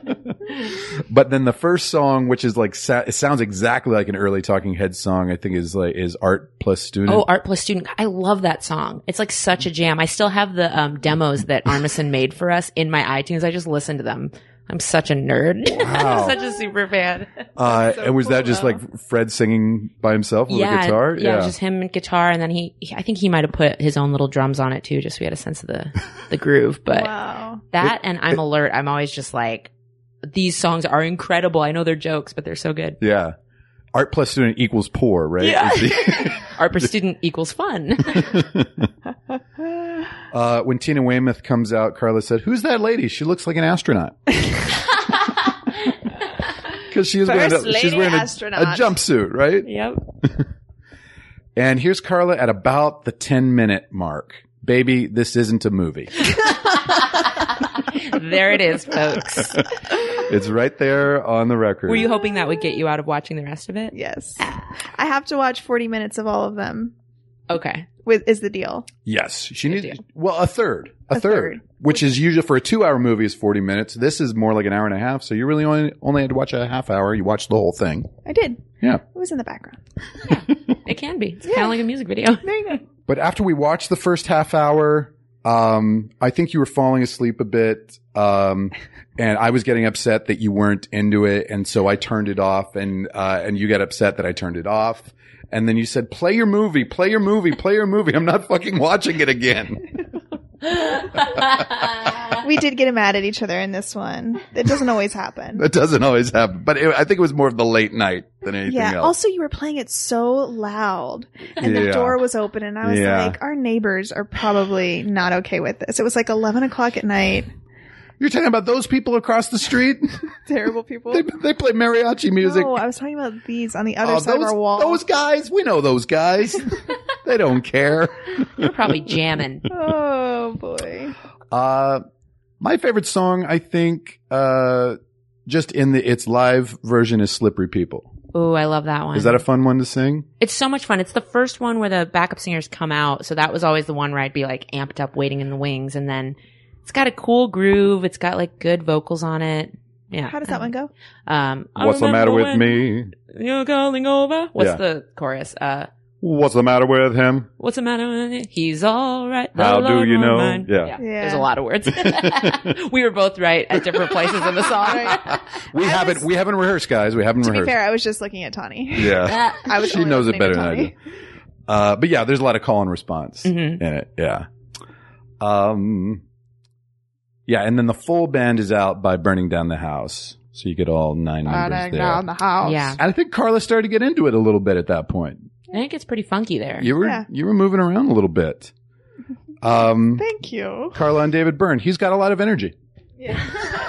But then the first song, which is like, sa- it sounds exactly like an early Talking Heads song, I think is like, is Art Plus Student.
Oh, Art Plus Student. I love that song. It's like such a jam. I still have the um, demos that Armisen made for us in my iTunes. I just listen to them. I'm such a nerd.
Wow.
I'm such a super fan.
uh,
so
and was that
cool,
just
though.
like Fred singing by himself with a guitar?
Yeah, just him and guitar, and then he, he- I think he might have put his own little drums on it too, just so we had a sense of the the groove. But
Wow.
that and I'm alert. I'm always just like, these songs are incredible. I know they're jokes, but they're so good.
Yeah. Art Plus Student equals poor, right? Is the-
Art Plus Student equals fun.
Uh, when Tina Weymouth comes out, Carla said, "Who's that lady? She looks like an astronaut." Because she is wearing,
First
a, she's
lady
wearing a,
astronaut.
a jumpsuit, right?
yep.
And here's Carla at about the ten minute mark. Baby, this isn't a movie.
There it is, folks.
it's right there on the record.
Were you hoping that would get you out of watching the rest of it?
Yes. I have to watch 40 minutes of all of them.
Okay.
With is the deal.
yes, she
Good
needs well a third, a,
A
third,
third.
which is usually for a two hour movie is forty minutes. This is more like an hour and a half. So you really only only had to watch a half hour. You watched the whole thing.
I did.
Yeah.
It was in the background.
It can be. It's kind of like a music video.
There you go.
But after we watched the first half hour, um, I think you were falling asleep a bit. Um, and I was getting upset that you weren't into it. And so I turned it off and, uh, and you got upset that I turned it off. And then you said, play your movie, play your movie, play your movie. I'm not fucking watching it again.
We did get mad at each other in this one. It doesn't always happen.
That doesn't always happen, but it, I think it was more of the late night than anything
yeah.
else.
Also, you were playing it so loud, and
Yeah.
the door was open, and I was
Yeah.
like, "Our neighbors are probably not okay with this." It was like eleven o'clock at night.
You're talking about those people across the street?
Terrible people.
they, they play mariachi music.
No, Oh, I was talking about these on the other
Oh,
side
those,
of our wall.
those guys, we know those guys. they don't care.
We're probably jamming.
oh boy.
Uh, my favorite song, I think, uh, just in the its live version is "Slippery People."
Ooh, I love that one.
Is that a fun one to sing?
it's so much fun. It's the first one where the backup singers come out. So that was always the one where I'd be like amped up waiting in the wings. And then it's got a cool groove. It's got like good vocals on it. Yeah.
How does that one go?
Um, I
What's the matter
remember
with
when
me?
You're calling over. What's
Yeah.
the chorus? Uh,
What's the matter with him?
what's the matter with you? He's all right. The
How do
Lord
you
won't
know?
mind.
Yeah.
There's a lot of words. we were both right at different places in the song.
We haven't we haven't rehearsed, guys. We haven't
To be
rehearsed.
fair, I was just looking at Tawny.
Yeah,
I was
she
only
knows it
listening
better
to
than I do.
Tawny.
Uh, but yeah, there's a lot of call and response
Mm-hmm.
Mhm.
in it. Yeah. Um. Yeah, and then the full band is out by burning down the house, so you get all nine members there.
down the house.
Yeah.
And I think Carla started to get into it a little bit at that point.
I think it's pretty funky there.
You were
Yeah.
you were moving around a little bit. Um,
Thank you.
Carla and David Byrne. He's got a lot of energy,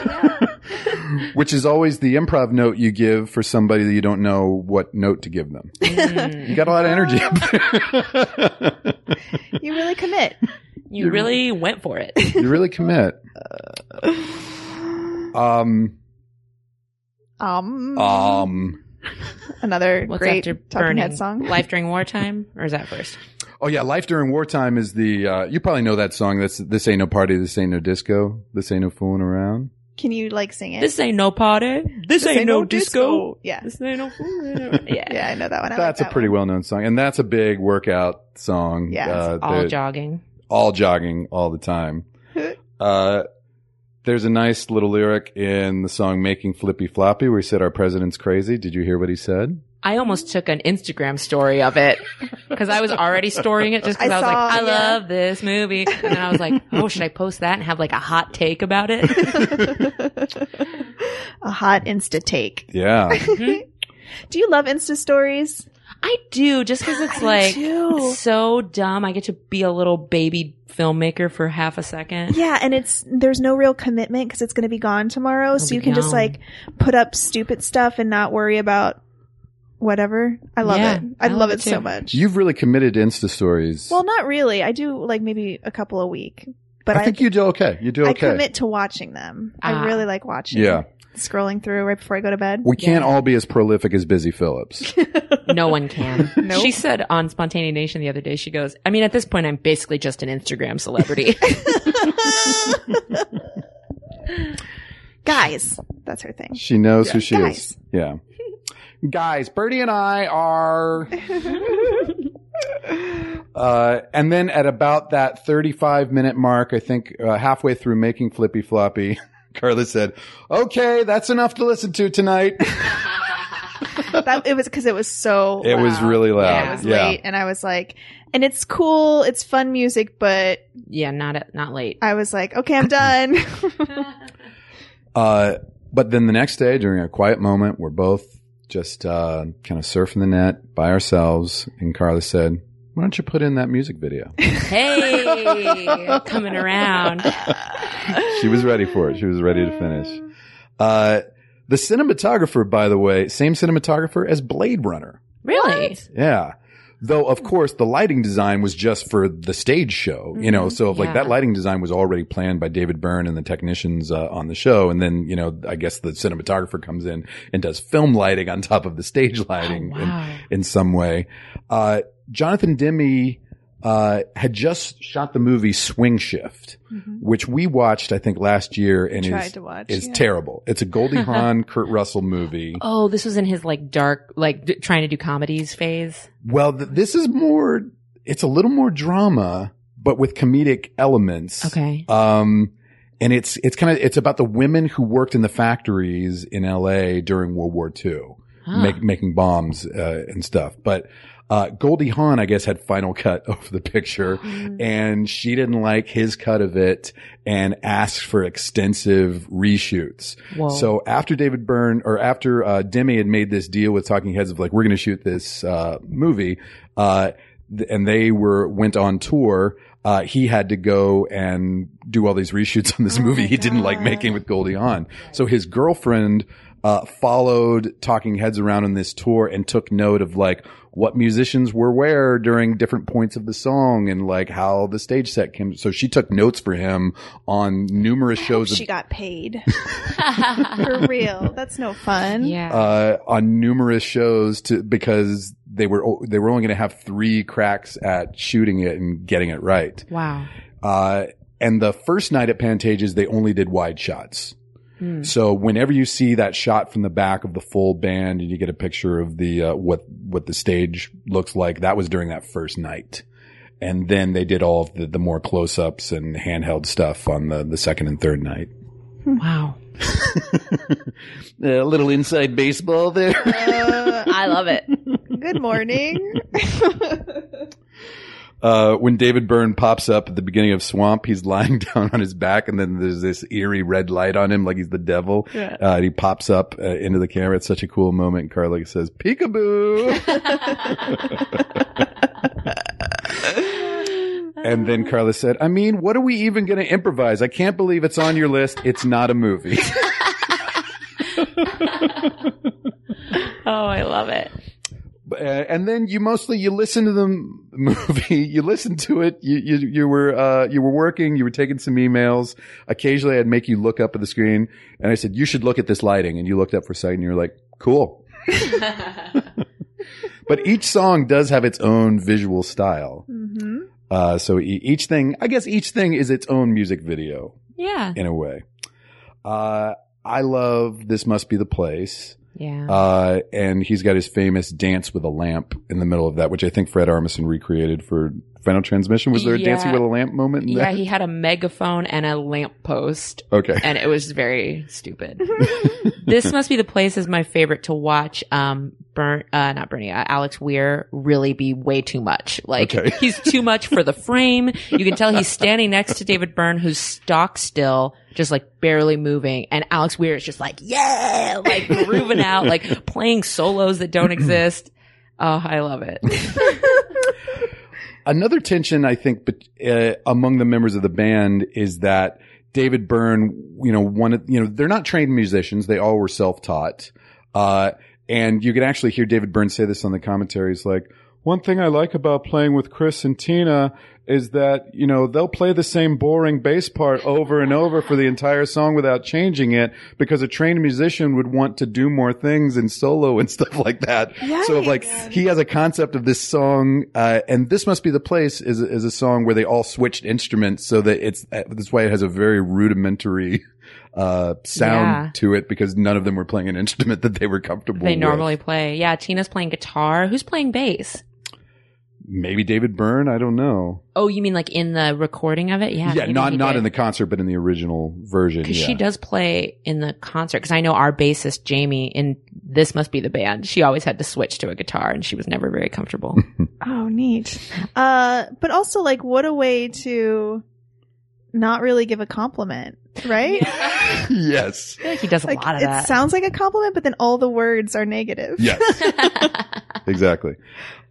which is always the improv note you give for somebody that you don't know what note to give them.
Mm.
You got a lot of energy. up there.
You really commit.
you really went for it.
you really commit. Um,
Um,
um.
another
What's
great
after
Talking
burning
Head song.
Life during wartime, or is that first?
Oh yeah, life during wartime is the. Uh, you probably know that song. That's this ain't no party. This ain't no disco. This ain't no fooling around.
Can you like sing it?
This ain't no party. This, ain't, no, disco.
Yeah.
This ain't no fooling. yeah.
Yeah, I know that one. I like
that's
that
a pretty
one.
well known song, and that's a big workout song.
Yeah,
uh,
All
that-
jogging.
all jogging all the time. uh, there's a nice little lyric in the song "Making Flippy Floppy" where he said, "Our president's crazy." Did you hear what he said?
I almost took an Instagram story of it because I was already storing it just because I,
I
was like,
saw-
I
yeah.
love this movie. And then I was like, oh, should I post that and have like a hot take about it?
a hot Insta take.
Yeah,
Hmm? Mm-hmm.
Do you love Insta stories?
I do just because it's like
too.
so dumb. I get to be a little baby filmmaker for half a second.
Yeah, and it's there's no real commitment because it's going to be gone tomorrow, so
be
you can just
gone.
like put up stupid stuff and not worry about whatever. I love
Yeah,
it. I,
I
love,
love
it,
it
so
too.
much.
you've really committed to Insta stories.
well, not really. I do like maybe a couple a week, but I,
I think you do okay. You do
I
okay.
commit to watching them.
Ah.
I really like watching.
Yeah.
scrolling through right before I go to bed.
we can't all be as prolific as Busy Phillips.
No one can.
Nope.
She said on Spontaneous Nation the other day, she goes, I mean, at this point, I'm basically just an Instagram celebrity.
Guys, that's her thing.
she knows who she is.
Guys.
Yeah. Guys, Bertie and I are. Uh, and then at about that 35 minute mark, I think uh, halfway through making Flippy Floppy, Carla said, okay, that's enough to listen to tonight.
That it was because it was so.
It was
loud.
really loud.
Yeah, it was late, and I was like, and it's cool, it's fun music, but
yeah, not, at, not late.
I was like, okay, I'm done.
Uh, but then the next day during a quiet moment, we're both just, uh, kind of surfing the net by ourselves. And Carla said, why don't you put in that music video?
Hey, coming around.
she was ready for it. She was ready to finish. Uh, the cinematographer, by the way, same cinematographer as Blade Runner.
Really?
Yeah. Though, of course, the lighting design was just for the stage show, you know, so like
Mm-hmm. Yeah.
that lighting design was already planned by David Byrne and the technicians uh, on the show. And then, you know, I guess the cinematographer comes in and does film lighting on top of the stage lighting in-
Oh, wow.
in, some way. Uh, Jonathan Demme, uh, had just shot the movie Swing Shift, which we watched, I think, last year and
Mm-hmm. Tried
is,
to watch,
is
yeah.
terrible. It's a Goldie Hawn, Kurt Russell movie.
Oh, this was in his like dark, like d- trying to do comedies phase.
Well, th- this is more, it's a little more drama, but with comedic elements.
Okay.
Um, and it's, it's kind of, it's about the women who worked in the factories in LA during World War II,
Huh.
make, making bombs, uh, and stuff. But, uh, Goldie Hawn, I guess, had final cut over the picture
Mm-hmm.
and she didn't like his cut of it and asked for extensive reshoots.
Whoa.
So after David Byrne or after uh, Demi had made this deal with Talking Heads of like we're going to shoot this uh, movie, uh, th- and they were went on tour. Uh, he had to go and do all these reshoots on this movie he didn't like making with Goldie Hawn. So his girlfriend uh, followed Talking Heads around on this tour and took note of like what musicians were where during different points of the song and like how the stage set came. So she took notes for him on numerous shows. of
she got paid for real. That's no fun.
yeah.
uh, on numerous shows to because they were o- they were only going to have three cracks at shooting it and getting it right.
wow.
Uh, and the first night at Pantages, they only did wide shots. So whenever you see that shot from the back of the full band and you get a picture of the uh, what what the stage looks like, that was during that first night. And then they did all of the, the more close ups and handheld stuff on the, the second and third night.
Wow.
A little inside baseball there.
Uh,
I love it.
good morning.
uh, when David Byrne pops up at the beginning of Swamp, he's lying down on his back, and then there's this eerie red light on him, like he's the devil.
Yeah.
Uh, and he pops up uh, into the camera. It's such a cool moment. And Carla says, "Peekaboo!" and then Carla said, "I mean, what are we even going to improvise? I can't believe it's on your list. It's not a movie."
Oh, I love it.
Uh, and then you mostly you listen to the m- movie you listen to it you you, you were uh, you were working you were taking some emails occasionally i'd make you look up at the screen and i said you should look at this lighting and you looked up for a second and you were like cool but each song does have its own visual style
Mm-hmm.
Uh, so e- each thing, I guess each thing is its own music video
Yeah.
in a way. Uh, I love This Must Be the Place.
Yeah.
Uh, and he's got his famous dance with a lamp in the middle of that, which I think Fred Armisen recreated for Final Transmission. Was there a
Yeah.
dancing with a lamp moment in
yeah,
that?
he had a megaphone and a lamppost,
okay.
and it was very stupid. this must be the place is my favorite to watch. Um, Bern, uh, not Bernie, uh, Alex Weir really be way too much. Like
Okay.
he's too much for the frame. You can tell he's standing next to David Byrne, who's stock still, just like barely moving. And Alex Weir is just like, yeah, like grooving out, like playing solos that don't exist. Oh, I love it.
Another tension I think bet- uh, among the members of the band is that David Byrne, you know, one of, you know, they're not trained musicians. They all were self-taught. Uh, and you can actually hear David Byrne say this on the commentaries like, one thing I like about playing with Chris and Tina is that, you know, they'll play the same boring bass part over and over for the entire song without changing it because a trained musician would want to do more things and solo and stuff like that. So like he has a concept of this song, uh, and this must be the place is, is a song where they all switched instruments so that it's, uh, that's why it has a very rudimentary, uh, sound
Yeah.
to it because none of them were playing an instrument that they were comfortable
They
with.
normally play. Yeah, Tina's playing guitar. Who's playing bass?
Maybe David Byrne, I don't know.
Oh, you mean like in the recording of it? Yeah.
Yeah, not not in the concert, but in the original version.
Because
yeah.
she does play in the concert. Because I know our bassist Jamie in this must be the band. She always had to switch to a guitar, and she was never very comfortable.
Oh, neat. Uh, but also, like, what a way to not really give a compliment, right?
yes,
I feel like he does a
Like,
lot of
it
that.
sounds like a compliment, but then all the words are negative.
yes, exactly.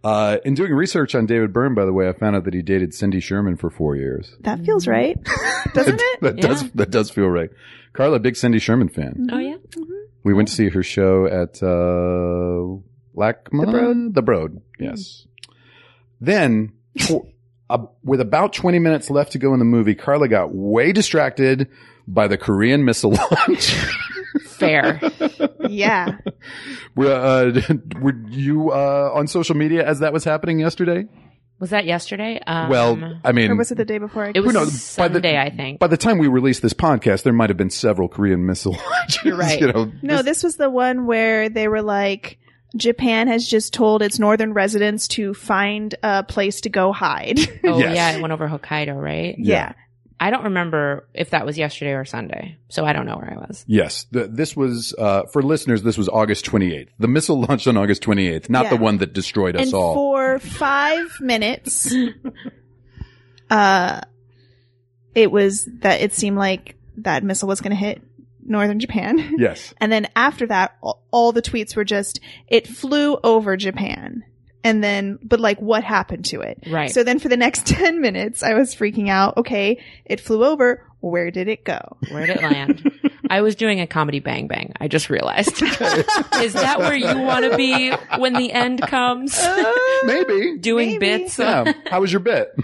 Uh, in doing research on David Byrne, by the way, I found out that he dated Cindy Sherman for four years.
That feels right, doesn't it?
That does that does feel right. Carla, big Cindy Sherman fan.
oh yeah.
We went to see her show at uh, Lacma, the Broad. The Broad, yes. Then, for- uh, with about twenty minutes left to go in the movie, Carla got way distracted by the Korean missile launch.
Fair.
Yeah.
Were, uh, were you uh, on social media as that was happening yesterday?
Was that yesterday? Um,
well, I mean,
Or was it the day before? I
it was
knows? By the-
Sunday, I think.
by the time we released this podcast, there might have been several Korean missile launches.
You're right.
you know.
No, this was the one where they were like, Japan has just told its northern residents to find a place to go hide.
oh
Yes.
yeah, it went over Hokkaido, right?
Yeah.
yeah.
I don't remember if that was yesterday or Sunday, so I don't know where I was.
Yes, Th this was uh, for listeners. This was August 28th. The missile launched on August 28th, not
Yeah.
the one that destroyed us
and
all.
for five minutes, uh, it was that it seemed like that missile was going to hit northern Japan.
yes,
And then after that, all, all the tweets were just, it flew over Japan. And then, but like, what happened to it?
Right.
So then for the next 10 minutes, I was freaking out. Okay, it flew over. Where did it go?
Where did it land? I was doing a comedy bang bang. I just realized. Is that where you want to be when the end comes?
Oh,
maybe.
doing
Maybe.
bits.
yeah. How was your bit?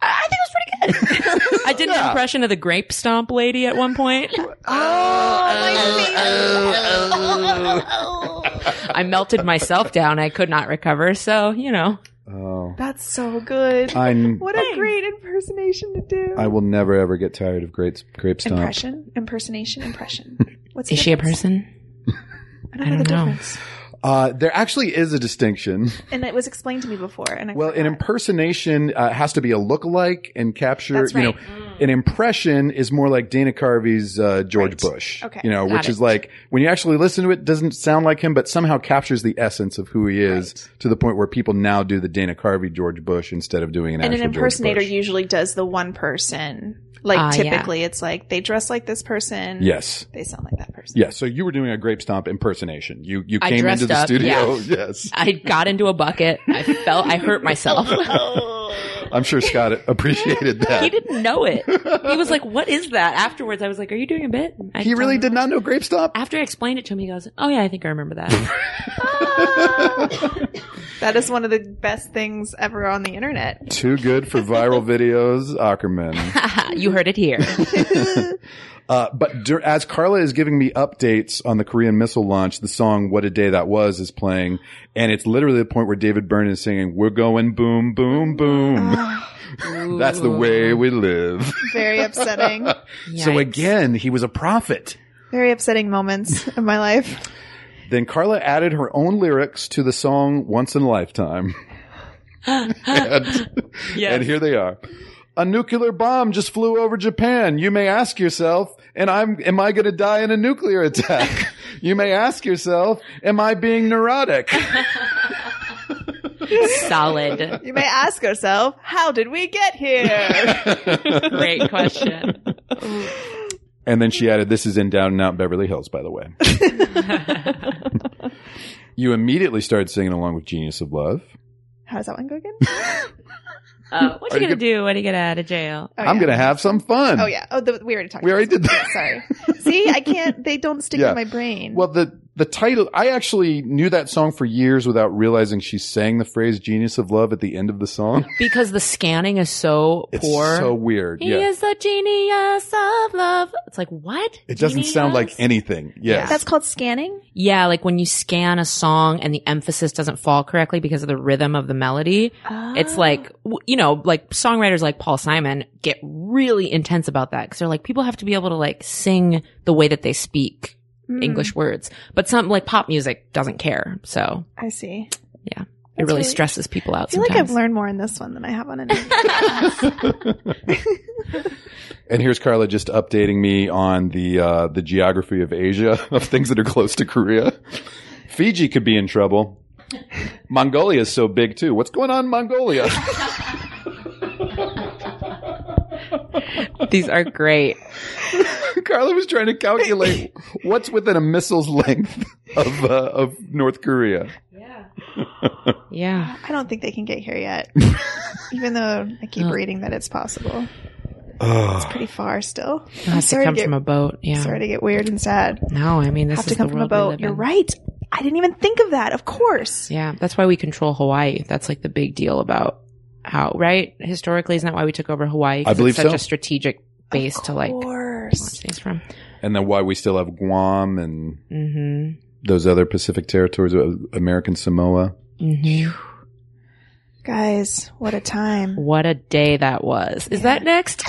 I think it was pretty good. I did an impression of the grape stomp lady at one point.
Oh.
Oh, I melted myself down. I could not recover. So, you know,
Oh,
That's so good.
I'm.
what a great impersonation to do.
I will never ever get tired of grape grape stomp.
Impression, impersonation, impression. What's the
is she a
difference?
person?
I don't know.
I
The
don't know.
difference.
Uh, there actually is a distinction.
And it was explained to me before. And I
Well, an
forgot.
impersonation uh, has to be a look-alike and capture.
That's
You know,
right.
an impression is more like Dana Carvey's uh, George Bush.
Okay.
You know,
Got
which
it.
is like when you actually listen to it, doesn't sound like him, but somehow captures the essence of who he is to the point where people now do the Dana Carvey George Bush instead of doing an
and an
actual
impersonator
George Bush.
usually does the one person. Like
Ah, yeah.
typically, it's like they dress like this person.
Yes.
they sound like that person.
Yes. So you were doing a grape stomp impersonation. You you
I
came into
dressed
the
up,
studio. Yes.
I got into a bucket. I fell. I hurt myself.
Oh, I'm sure Scott appreciated that.
he didn't know it. He was like, what is that? Afterwards, I was like, are you doing a bit? I
He
told
really
him-
did not know grape stomp.
After I explained it to him, he goes, oh yeah, I think I remember that.
That is one of the best things ever on the internet.
Too good for viral videos, Ackerman.
you heard it here.
Uh, but dur- as Carla is giving me updates on the Korean missile launch, the song "What a Day That Was" is playing, and it's literally the point where David Byrne is singing, "We're going boom, boom, boom. That's the way we live."
Very upsetting.
So
Yikes.
again, he was a prophet.
Very upsetting moments of my life.
Then Carla added her own lyrics to the song Once in a Lifetime. and, and here they are. A nuclear bomb just flew over Japan. You may ask yourself, and I'm am I going to die in a nuclear attack? you may ask yourself, am I being neurotic?
solid.
You may ask yourself, how did we get here?
Great question.
And then she added, This is in Down and Out Beverly Hills, by the way.
Uh,
you immediately started singing along with Genius of Love.
How does that one go again? Oh,
Uh, what
Are you
you gonna
good-
do when you get out of jail?
Oh,
I'm
yeah.
going to have some fun.
Oh yeah. Oh, the, we already talked.
We
about
already
this.
did that.
Sorry. See, I can't. They don't stick
Yeah.
in my brain.
Well, the the title I actually knew that song for years without realizing she sang the phrase "genius of love" at the end of the song.
Because the scanning is so
It's
poor.
so weird.
he
yeah,
is the genius of love. It's like what?
it doesn't sound like
Genius?
anything. Yes.
that's called scanning.
Yeah, like when you scan a song and the emphasis doesn't fall correctly because of the rhythm of the melody. It's
Ah.
like, w- you know, like songwriters like Paul Simon get really intense about that because they're like, people have to be able to like sing the way that they speak
Mm,
English words. But some like pop music doesn't care. So
Oh, I see.
it
That's
really
really-
stresses people
I
out
feel like I've
sometimes.
learned more in this one than I have on another.
and here's Carla just updating me on the uh, the geography of Asia of things that are close to Korea. Fiji could be in trouble. Mongolia is so big too. What's going on in Mongolia?
These are great.
Carla was trying to calculate what's within a missile's length of uh, of North Korea.
Yeah.
I don't think they can get here yet, even though I keep reading that it's possible. It's pretty far still.
It has to
sorry to
come
get-
from a boat. Yeah.
Sorry to get weird and sad.
No, I mean, this
Have
is
to come
the
from a
world we
boat.
live
You're
in.
right. I didn't even think of that. Of course.
Yeah, that's why we control Hawaii. That's like the big deal about how, right? Historically, isn't that why we took over Hawaii? 'Cause
I believe
it's such
so.
a strategic base to like
Of
launch
course.
things from.
and then why we still have Guam and
hmm
those other Pacific territories, uh, American Samoa.
hmm
Guys, what a time.
What a day that was. Is that next?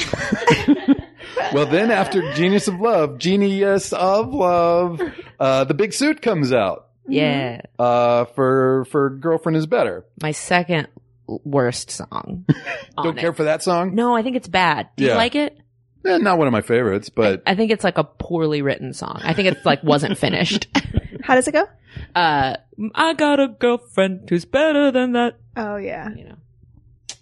Well, then after Genius of Love, Genius of Love, uh, the big suit comes out
yeah.
uh, for for Girlfriend is Better.
My second worst song. on
Don't
it.
care for that song.
No, I think it's bad. Do
Yeah.
you like it?
Eh, not one of my favorites, but
I think it's like a poorly written song. I think it's like wasn't finished.
How does it go?
Uh, I got a girlfriend who's better than that.
Oh yeah.
You know,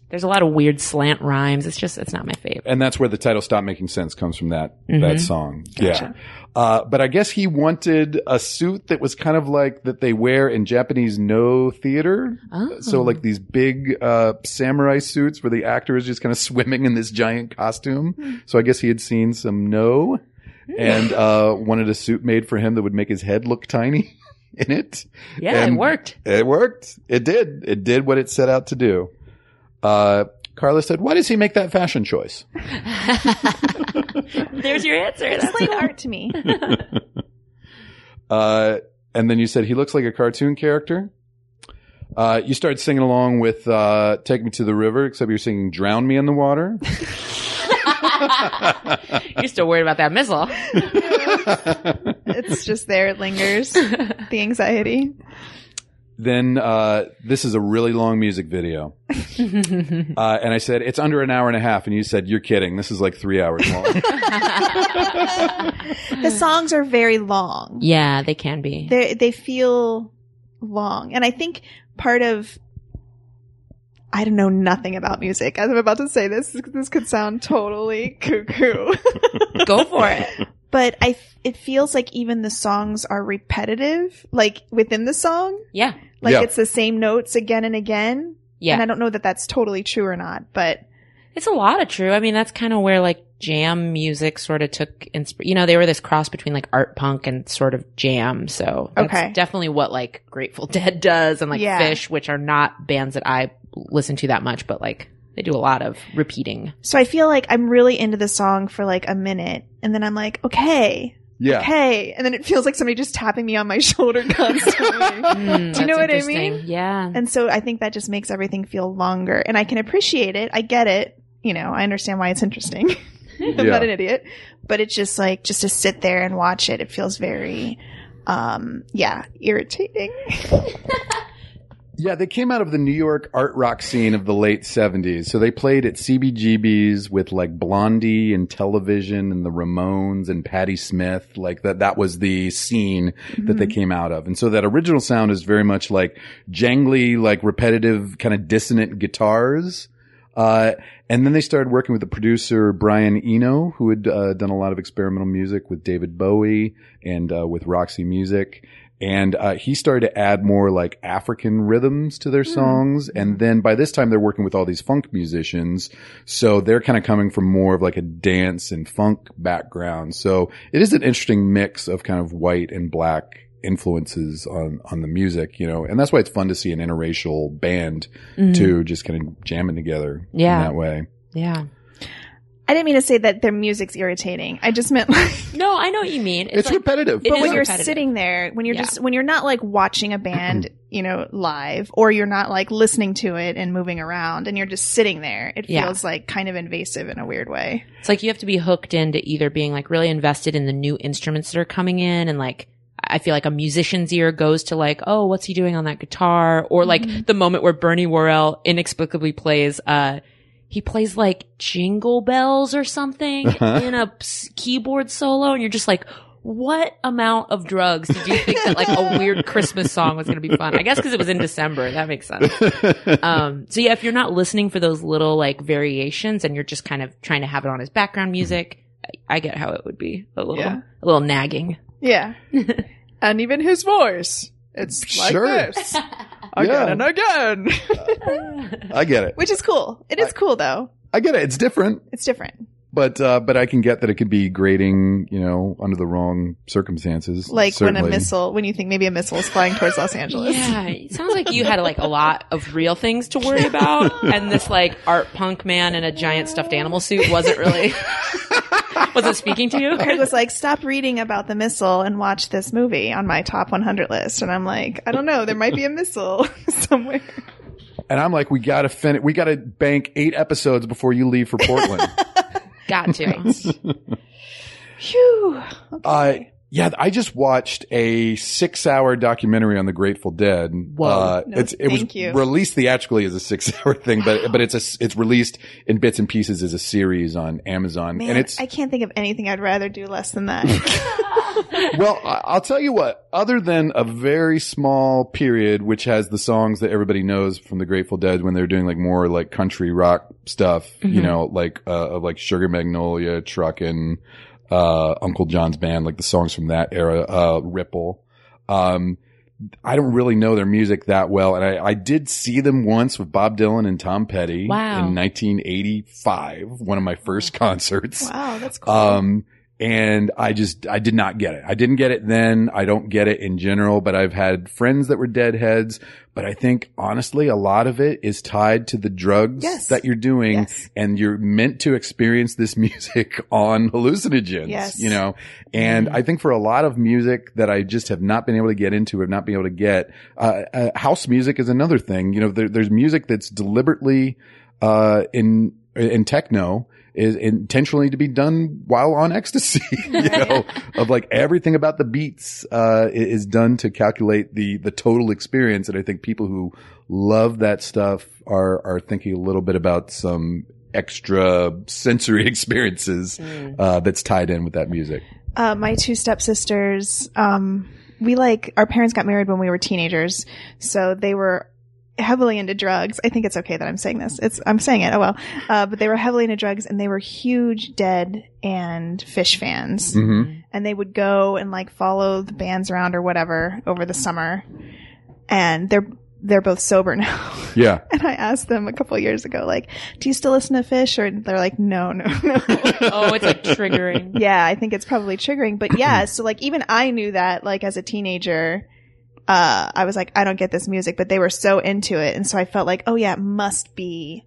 there's a lot of weird slant rhymes. It's just, it's not my favorite.
and that's where the title "Stop Making Sense" comes from. That that
Mhm.
song,
Gotcha.
yeah. Uh, but I guess he wanted a suit that was kind of like that they wear in Japanese no theater.
Oh.
So like these big uh, samurai suits where the actor is just kind of swimming in this giant costume. So I guess he had seen some no, and uh, wanted a suit made for him that would make his head look tiny in it.
yeah,
and-
it worked.
It worked. It did. It did what it set out to do. Uh, Carla said, "Why does he make that fashion choice?"
There's your answer. That's
Plain art to me.
Uh, and then you said he looks like a cartoon character. Uh, you started singing along with uh, "Take Me to the River," except you're singing "Drown Me in the Water."
You're still worried about that missile.
It's just there. It lingers. The anxiety.
then uh, this is a really long music video. uh, and I said, it's under an hour and a half. And you said, you're kidding. This is like three hours long.
The songs are very long.
yeah, they can be.
they they feel long and i think part of i don't know nothing about music as i'm about to say this this could sound totally cuckoo
Go for it.
but i it feels like even the songs are repetitive like within the song
Yeah.
like
Yeah.
it's the same notes again and again
Yeah.
and i don't know that that's totally true or not but
It's a lot of true. I mean, that's kind of where like jam music sort of took insp- you know, they were this cross between like art punk and sort of jam. So that's
Okay.
definitely what like Grateful Dead does and like
Yeah.
Fish, which are not bands that I listen to that much, but like they do a lot of repeating.
So I feel like I'm really into the song for like a minute, and then I'm like, okay,
Yeah.
okay, and then it feels like somebody just tapping me on my shoulder constantly. Do
Mm,
you know
that's
what I
interesting.
mean?
Yeah.
and so I think that just makes everything feel longer, and I can appreciate it. I get it. You know, I understand why it's interesting. I'm
Yeah.
not an idiot, but it's just like just to sit there and watch it. It feels very, um, yeah, irritating.
Yeah, they came out of the New York art rock scene of the late 70s. So they played at CBGB's with like Blondie and Television and the Ramones and Patti Smith. Like that, that was the scene
Mm-hmm.
that they came out of. And so that original sound is very much like jangly, like repetitive, kind of dissonant guitars. Uh, and then they started working with the producer Brian Eno, who had uh, done a lot of experimental music with David Bowie and uh, with Roxy Music. And uh, he started to add more like African rhythms to their songs. And then by this time, they're working with all these funk musicians. So they're kind of coming from more of like a dance and funk background. So it is an interesting mix of kind of white and black influences on, on the music, you know, and that's why it's fun to see an interracial band
Mhm.
too, just kind of jamming together
Yeah.
in that way.
Yeah.
I didn't mean to say that their music's irritating. I just meant like.
No, I know what you mean.
It's,
like-
repetitive.
it
but
is
when you're
repetitive.
sitting there when you're
Yeah.
just when you're not like watching a band you know live or you're not like listening to it and moving around and you're just sitting there it
Yeah.
feels like kind of invasive in a weird way
It's like you have to be hooked into either being like really invested in the new instruments that are coming in and like I feel like a musician's ear goes to like, oh, what's he doing on that guitar? Or like the moment where Bernie Worrell inexplicably plays, uh, he plays like jingle bells or something
Uh-huh.
in a s- keyboard solo. And you're just like, what amount of drugs did you think that like a weird Christmas song was going to be fun? I guess because it was in December. That makes sense. Um, so yeah, if you're not listening for those little like variations and you're just kind of trying to have it on as background music, I, I get how it would be a little,
Yeah.
a little nagging.
yeah and even his voice it's
like Sure. this. Yeah. and
again
I get it.
which is cool it is cool though
I get it. It's different,
it's different
but uh, but I can get that it could be grating, you know, under the wrong circumstances.
like when
certainly.
a missile when you think maybe a missile is flying towards los angeles
Yeah, it sounds like you had like a lot of real things to worry about, and this like art punk man in a giant stuffed animal suit wasn't really wasn't speaking to you.
Craig was like, "Stop reading about the missile and watch this movie on my top 100 list." And I'm like, "I don't know. There might be a missile somewhere."
And I'm like, we gotta fin- we gotta bank eight episodes before you leave for Portland.
Got to.
Phew.
uh, yeah, I just watched a six-hour documentary on the Grateful Dead.
Whoa.
uh,
No,
it's, it was
thank you.
released theatrically as a six-hour thing, but but it's a, it's released in bits and pieces as a series on Amazon,
Man,
and it's
I can't think of anything I'd rather do less than that.
well, I- I'll tell you what. Other than a very small period, which has the songs that everybody knows from the Grateful Dead when they're doing like more like country rock stuff, you
Mhm.
know, like uh, of, like Sugar Magnolia, Truckin', uh, Uncle John's band, like the songs from that era, uh, Ripple. Um, I don't really know their music that well, and I, I did see them once with Bob Dylan and Tom Petty
Wow.
in 1985, one of my first concerts.
wow, that's cool.
Um, and I just, I did not get it. I didn't get it then. I don't get it in general, but I've had friends that were deadheads. But I think honestly, a lot of it is tied to the drugs
Yes.
that you're doing
Yes.
and you're meant to experience this music on hallucinogens,
Yes.
you know? And
Mm.
I think for a lot of music that I just have not been able to get into, have not been able to get, uh, uh house music is another thing. You know, there, there's music that's deliberately, uh, in, in techno is intentionally to be done while on ecstasy, you know, of like everything about the beats, uh, i- is done to calculate the, the total experience. And I think people who love that stuff are, are thinking a little bit about some extra sensory experiences, uh, that's tied in with that music.
uh, my two stepsisters, um, we like our parents got married when we were teenagers, so they were heavily into drugs. I think it's okay that I'm saying this. It's I'm saying it. Oh well, uh, but they were heavily into drugs, and they were huge Dead and Fish fans.
Mm-hmm.
and they would go and like follow the bands around or whatever over the summer. And their they're both sober now.
Yeah.
And I asked them a couple years ago, like, do you still listen to Fish? Or they're like, no, no, no.
Oh, it's like triggering.
yeah, I think it's probably triggering. But yeah, so like even I knew that like as a teenager, uh, I was like, I don't get this music, but they were so into it. And so I felt like, oh yeah, it must be,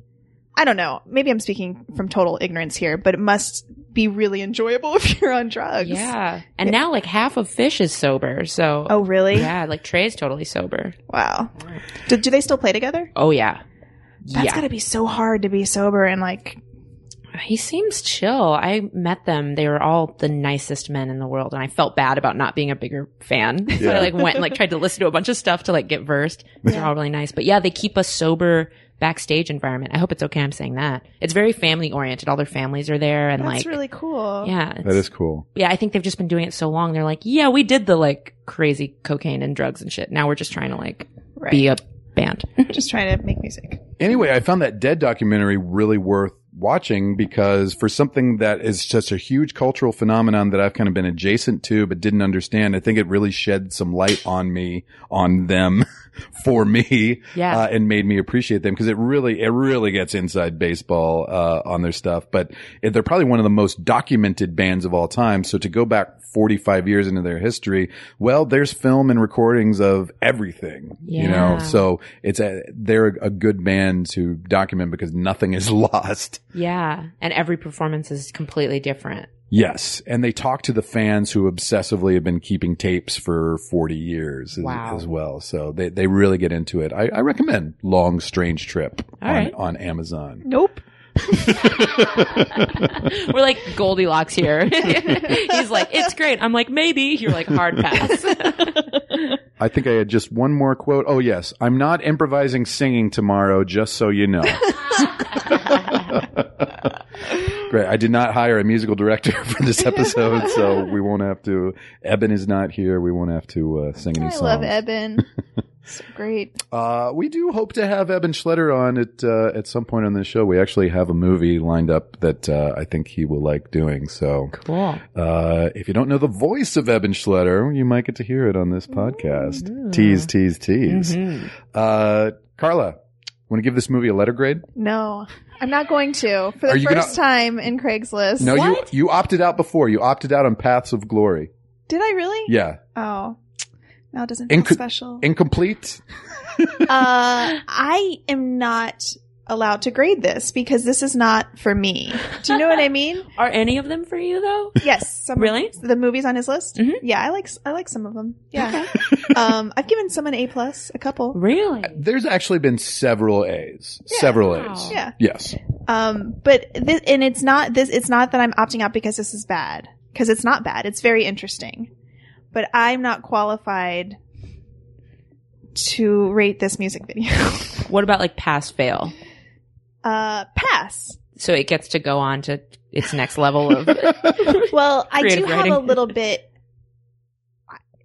I don't know. Maybe I'm speaking from total ignorance here, but it must be really enjoyable if you're on drugs.
Yeah. And now like half of fish is sober. So
Oh, really?
yeah, like Trey's totally sober.
Wow. Do, do they still play together?
Oh yeah.
That's
yeah.
gotta be so hard to be sober and like,
He seems chill. I met them. They were all the nicest men in the world and I felt bad about not being a bigger fan. so I like went and like tried to listen to a bunch of stuff to like get versed. They're all really nice. But yeah, they keep a sober backstage environment. I hope it's okay I'm saying that. It's very family oriented. All their families are there and
that's
like
really cool.
Yeah.
That
it's-
is cool.
yeah, I think they've just been doing it so long. They're like, yeah, we did the like crazy cocaine and drugs and shit. Now we're just trying to like
Right.
be a band.
Just trying to make music.
Anyway, I found that Dead documentary really worth watching because for something that is such a huge cultural phenomenon that I've kind of been adjacent to but didn't understand, I think it really shed some light on me, on them, for me,
Yeah.
uh, and made me appreciate them because it really, it really gets inside baseball uh, on their stuff. But it, they're probably one of the most documented bands of all time. So to go back 45 years into their history, well, there's film and recordings of everything, you know.
Yeah.
So it's a, they're a good band to document because nothing is lost.
yeah. And every performance is completely different.
Yes. And they talk to the fans who obsessively have been keeping tapes for 40 years as,
Wow.
as well. So they, they really get into it. I, I recommend Long Strange Trip
All
on,
right.
on Amazon.
Nope.
We're like Goldilocks here. He's like, it's great. I'm like, maybe. You're like, hard pass.
I think I had just one more quote. Oh, yes. I'm not improvising singing tomorrow, just so you know. Great. I did not hire a musical director for this episode, so we won't have to. Eben is not here. We won't have to uh, sing any
I
songs.
love Eben. so great.
Uh, we do hope to have Eben Schletter on at uh, at some point on this show. We actually have a movie lined up that uh, I think he will like doing. So,
cool.
uh, if you don't know the voice of Eben Schletter, you might get to hear it on
Mm.
this podcast. Tease, tease,
Mm-hmm.
tease.
Mm-hmm.
Uh, Carla, want to give this movie a letter grade?
No, I'm not going to. For
Are
the
you gonna-
first time in Craigslist.
No, you you opted out before. You opted out on Paths of Glory.
Did I really?
Yeah,
Oh. Now it doesn't feel
Inco-
special.
incomplete.
uh, I am not allowed to grade this because this is not for me. Do you know what I mean?
Are any of them for you though?
Yes. Some
Really?
The movies on his list?
Mhm.
Yeah, I like I like some of them. Yeah. um, I've given some an A plus, a couple.
Really?
There's actually been several A's. Several A's.
Yeah.
Yes.
Um, but this, and it's not this. It's not that I'm opting out because this is bad. Because it's not bad. It's very interesting, but I'm not qualified to rate this music video.
What about like pass fail?
uh, pass.
So it gets to go on to its next level of
Well, I do
Creative
have a
writing.
little bit.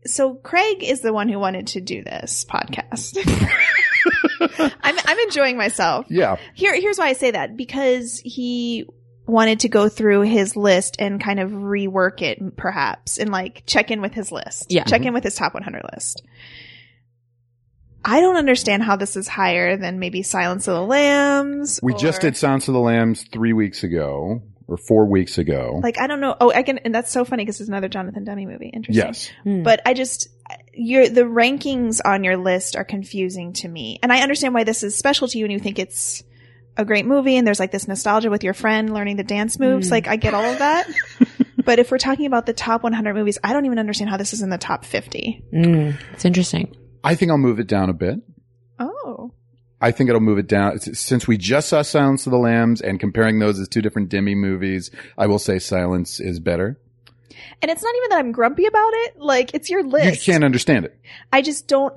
So Craig is the one who wanted to do this podcast. I'm I'm enjoying myself.
Yeah.
Here, here's why I say that because he wanted to go through his list and kind of rework it, perhaps, and like check in with his list.
Yeah.
Check in with his top 100 list. I don't understand how this is higher than maybe Silence of the Lambs.
We
or-
just did Silence of the Lambs three weeks ago or four weeks ago.
Like, I don't know. Oh, I can, and that's so funny because it's another Jonathan Demme movie. Interesting.
yes.
But I just, your, the rankings on your list are confusing to me. And I understand why this is special to you and you think it's a great movie and there's like this nostalgia with your friend learning the dance
Hmm.
moves. Like I get all of that. but if we're talking about the top 100 movies, I don't even understand how this is in the top 50.
Mm, it's interesting.
I think I'll move it down a bit.
Oh.
I think it'll move it down. S- Since we just saw Silence of the Lambs and comparing those as two different Demi movies, I will say Silence is better.
And it's not even that I'm grumpy about it. Like it's your list.
You can't understand it.
I just don't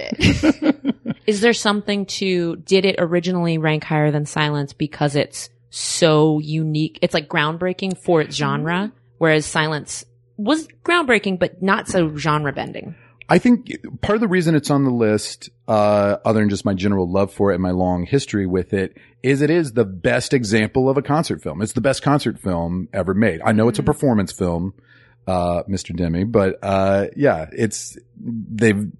it.
Is there something to, did it originally rank higher than Silence because it's so unique? It's like groundbreaking for its genre, whereas Silence was groundbreaking, but not so genre bending.
I think part of the reason it's on the list, uh, other than just my general love for it and my long history with it, is it is the best example of a concert film. It's the best concert film ever made. I know it's a performance film, uh, Mr. Demi, but, uh, yeah, it's, they've,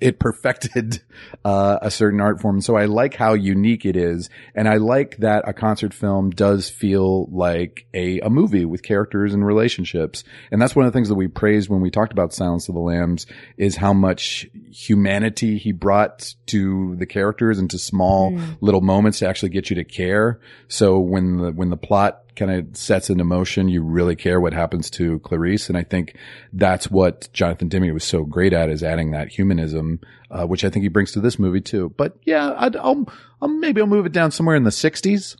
it perfected uh, a certain art form. So I like how unique it is, and I like that a concert film does feel like a a movie with characters and relationships. And that's one of the things that we praised when we talked about Silence of the Lambs is how much humanity he brought to the characters and to small little moments to actually get you to care. So when the when the plot kind of sets into motion. You really care what happens to Clarice. And I think that's what Jonathan Demme was so great at is adding that humanism, uh, which I think he brings to this movie too. But yeah, I'd, I'll, I'll maybe I'll move it down somewhere in the sixties.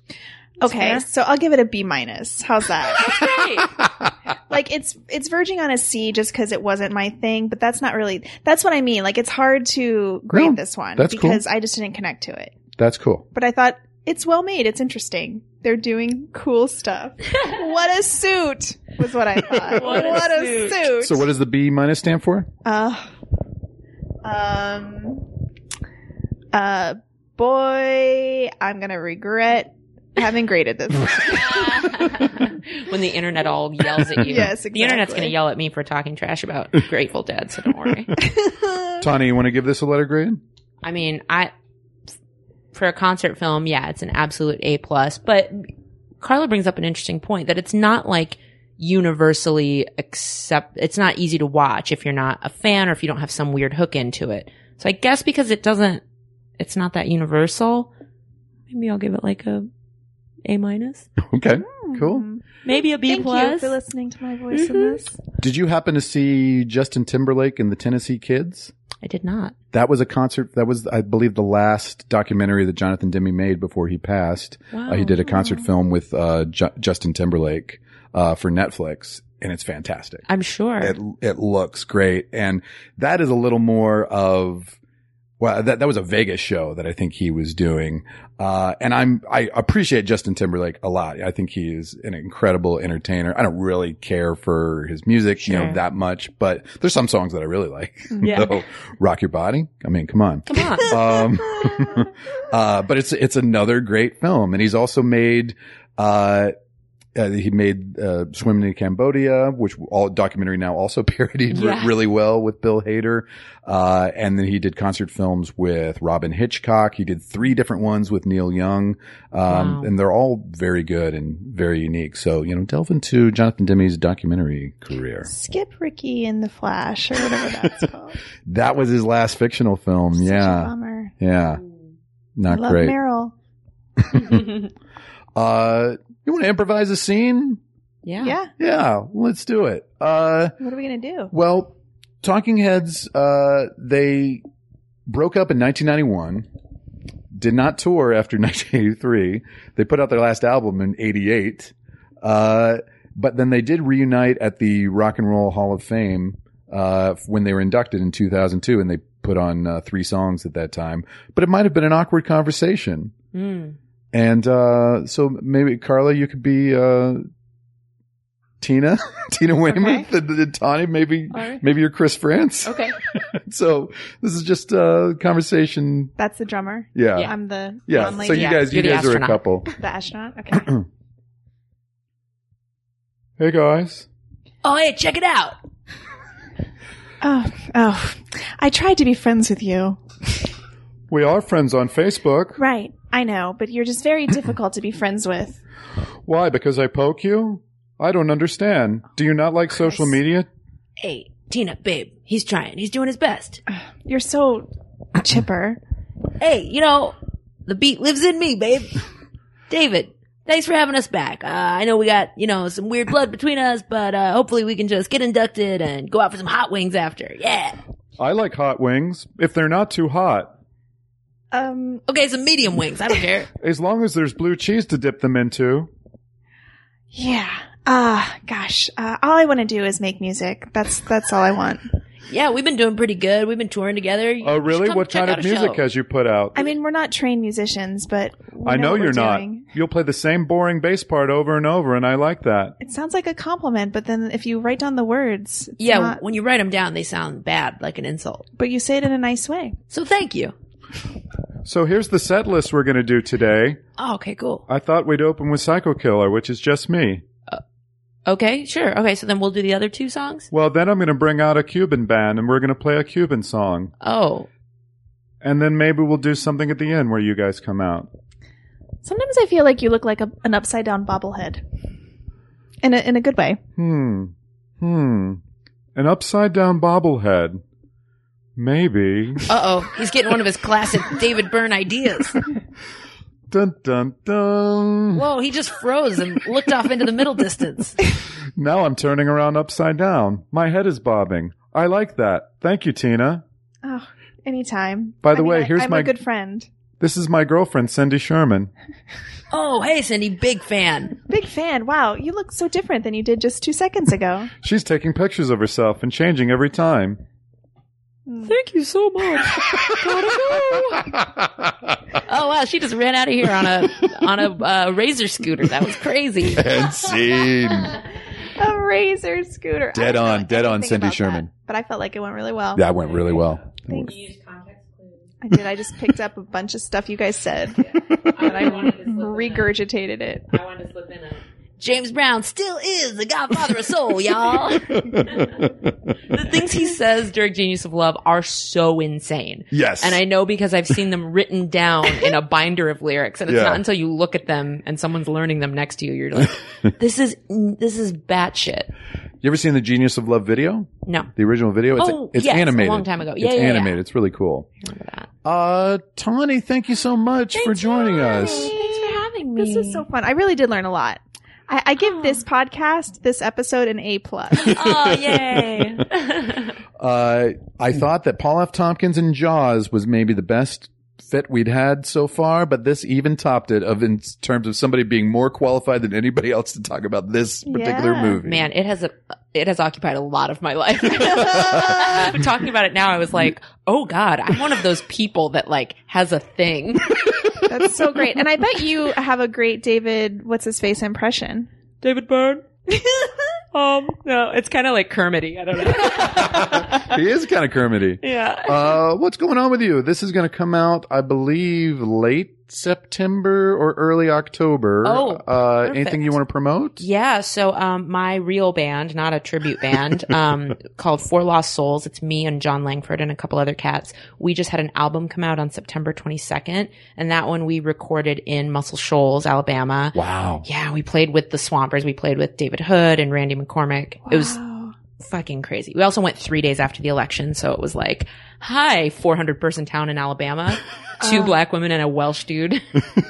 Okay, so I'll give it a B minus. How's that? like it's it's verging on a C just because it wasn't my thing, but that's not really that's what I mean. Like it's hard to grade
No,
this one
that's cool.
because I just didn't connect to it.
That's cool.
But I thought it's well made. It's interesting. They're doing cool stuff. what a suit was what I thought.
What a
suit.
suit.
So what does the B minus stand for?
Uh, um, uh, boy, I'm gonna regret having graded this.
when the internet all yells at you.
Yes,
The internet's going to
exactly.
yell at me for talking trash about Grateful Dead, so don't worry.
Tawny, you want to give this a letter grade?
I mean, I for a concert film, yeah, it's an absolute A plus. But Carla brings up an interesting point that it's not like universally accept. It's not easy to watch if you're not a fan or if you don't have some weird hook into it. So I guess because it doesn't, it's not that universal. Maybe I'll give it like a A minus,
Okay, cool.
maybe a B
Hmm. Thank you
plus.
for listening to my voice in
Mhm.
this.
Did you happen to see Justin Timberlake and the Tennessee Kids?
I did not.
That was a concert. That was, I believe, the last documentary that Jonathan Demme made before he passed.
Wow.
Uh, he did a concert film with uh, Ju- Justin Timberlake uh, for Netflix, and it's fantastic.
I'm sure.
It it looks great, and that is a little more of well, that that was a Vegas show that I think he was doing, uh, and I'm I appreciate Justin Timberlake a lot. I think he is an incredible entertainer. I don't really care for his music, you know,
Sure.
that much, but there's some songs that I really like.
Yeah.
So, Rock Your Body. I mean, come on
Come on.
um, uh, but it's it's another great film, and he's also made. Uh, uh, he made uh, Swimming in Cambodia, which all documentary now also parodied re-
Yeah.
really well with Bill Hader. Uh, and then he did concert films with Robin Hitchcock. He did three different ones with Neil Young. Um,
Wow.
and they're all very good and very unique. So, you know, delve into Jonathan Demme's documentary career.
Skip Ricky in the Flash or whatever that's called.
That was his last fictional film.
Such a
yeah.
bummer.
Yeah.
I
Not
love
great.
Meryl.
Uh, you want to improvise a scene?
yeah.
Yeah.
Yeah, let's do it. Uh,
What are we gonna do?
well, Talking Heads, uh, they broke up in 1991, did not tour after 1983. They put out their last album in 88. Uh, but then they did reunite at the Rock and Roll Hall of Fame, uh, when they were inducted in 2002 and they put on uh, three songs at that time. But it might have been an awkward conversation.
Mm.
And uh, so maybe Carla, you could be uh, Tina, Tina Weymouth, and, and Tawny. Maybe
right.
maybe you're Chris France.
Okay.
So this is just a conversation.
That's the drummer.
Yeah, yeah.
Yeah.
I'm the blonde
So
lady.
you
Yeah,
guys, you
you're the
guys are a
astronaut.
couple.
the astronaut. Okay.
Hey guys.
Oh, hey, check it out.
oh, oh, I tried to be friends with you.
We are friends on Facebook.
Right. I know, but you're just very difficult to be friends with.
Why? Because I poke you? I don't understand. Do you not like social media?
Hey, Tina, babe, he's trying. He's doing his best.
You're so chipper.
Hey, you know, the beat lives in me, babe. David, thanks for having us back. Uh, I know we got, you know, some weird blood between us, but uh, hopefully we can just get inducted and go out for some hot wings after. Yeah.
I like hot wings if they're not too hot.
Um,
Okay, some medium wings. I don't care.
As long as there's blue cheese to dip them into.
yeah. Ah, gosh. Uh, all I want to do is make music. That's that's all I want.
Yeah, we've been doing pretty good. We've been touring together. You
Oh,
should
really?
come
What
check
kind
out
of
a
music
show.
has you put out?
I mean, we're not trained musicians, but we
I know
what
you're
we're
not.
doing.
You'll play the same boring bass part over and over, and I like that.
It sounds like a compliment, but then if you write down the words, it's
Yeah,
not-
when you write them down, they sound bad, like an insult.
but you say it in a nice way.
So thank you.
So here's the set list we're going to do today.
Oh, okay, cool.
I thought we'd open with Psycho Killer, which is just me.
Okay, sure. Okay, so then we'll do the other two songs.
Well, then I'm going to bring out a Cuban band and we're going to play a Cuban song.
Oh,
And then maybe we'll do something at the end where you guys come out.
Sometimes I feel like you look like a, an upside down bobblehead. In a in a good way.
Hmm. Hmm. An upside down bobblehead. Maybe.
uh oh, he's getting one of his classic David Byrne ideas.
Dun dun dun.
Whoa, he just froze and looked off into the middle distance.
Now I'm turning around upside down. My head is bobbing. I like that. Thank you, Tina.
Oh, anytime.
By the
I mean,
way,
I-
here's
I'm
my-
a good friend.
This is my girlfriend, Cindy Sherman.
Oh, hey, Cindy, big fan.
Big fan. Wow, you look so different than you did just two seconds ago.
She's taking pictures of herself and changing every time.
Thank you so much. Oh wow, she just ran out of here on a on a uh, razor scooter. That was crazy.
and scene.
A razor scooter. I
Dead
don't know
on, dead on,
anything
Cindy
about
Sherman.
that, but I felt like it went really well.
That went really well.
Thanks. I did. I just picked up a bunch of stuff you guys said, and I regurgitated it.
James Brown still is the godfather of soul, y'all. the things he says during Genius of Love are so insane.
Yes.
And I know because I've seen them written down in a binder of lyrics, and it's
Yeah.
not until you look at them and someone's learning them next to you, you're like, "This is this is batshit."
You ever seen the Genius of Love video?
No,
The original video? It's,
Oh,
it's
yes, a
animated.
long time ago.
it's
Yeah, yeah, yeah.
animated. It's really cool.
remember that.
Uh, Tawny, thank you so much for joining us.
Thanks for having me.
This was so fun. I really did learn a lot. I, I give this podcast, this episode, an A plus.
Oh yay!
Uh, I thought that Paul F. Tompkins and Jaws was maybe the best fit we'd had so far, but this even topped it of in terms of somebody being more qualified than anybody else to talk about this particular
Yeah.
movie.
Man, it has a it has occupied a lot of my life. Talking about it now, I was like, oh god, I'm one of those people that like has a thing.
That's so great. And I bet you have a great David, what's his face impression.
David Byrne. um, no, it's kind of like Kermity. I don't know.
he is kind of Kermity.
yeah.
Uh, what's going on with you? This is going to come out, I believe, late September or early October.
Oh,
uh, anything
perfect.
you want to promote?
Yeah, so um, my real band, not a tribute band, um, called Four Lost Souls. It's me and John Langford and a couple other cats. We just had an album come out on September 22nd, and that one we recorded in Muscle Shoals, Alabama.
Wow.
Yeah, we played with the Swampers. We played with David Hood and Randy McCormick. It was
Wow.
fucking crazy. We also went three days after the election, so it was like, hi, 400 person town in Alabama, two black women and a Welsh dude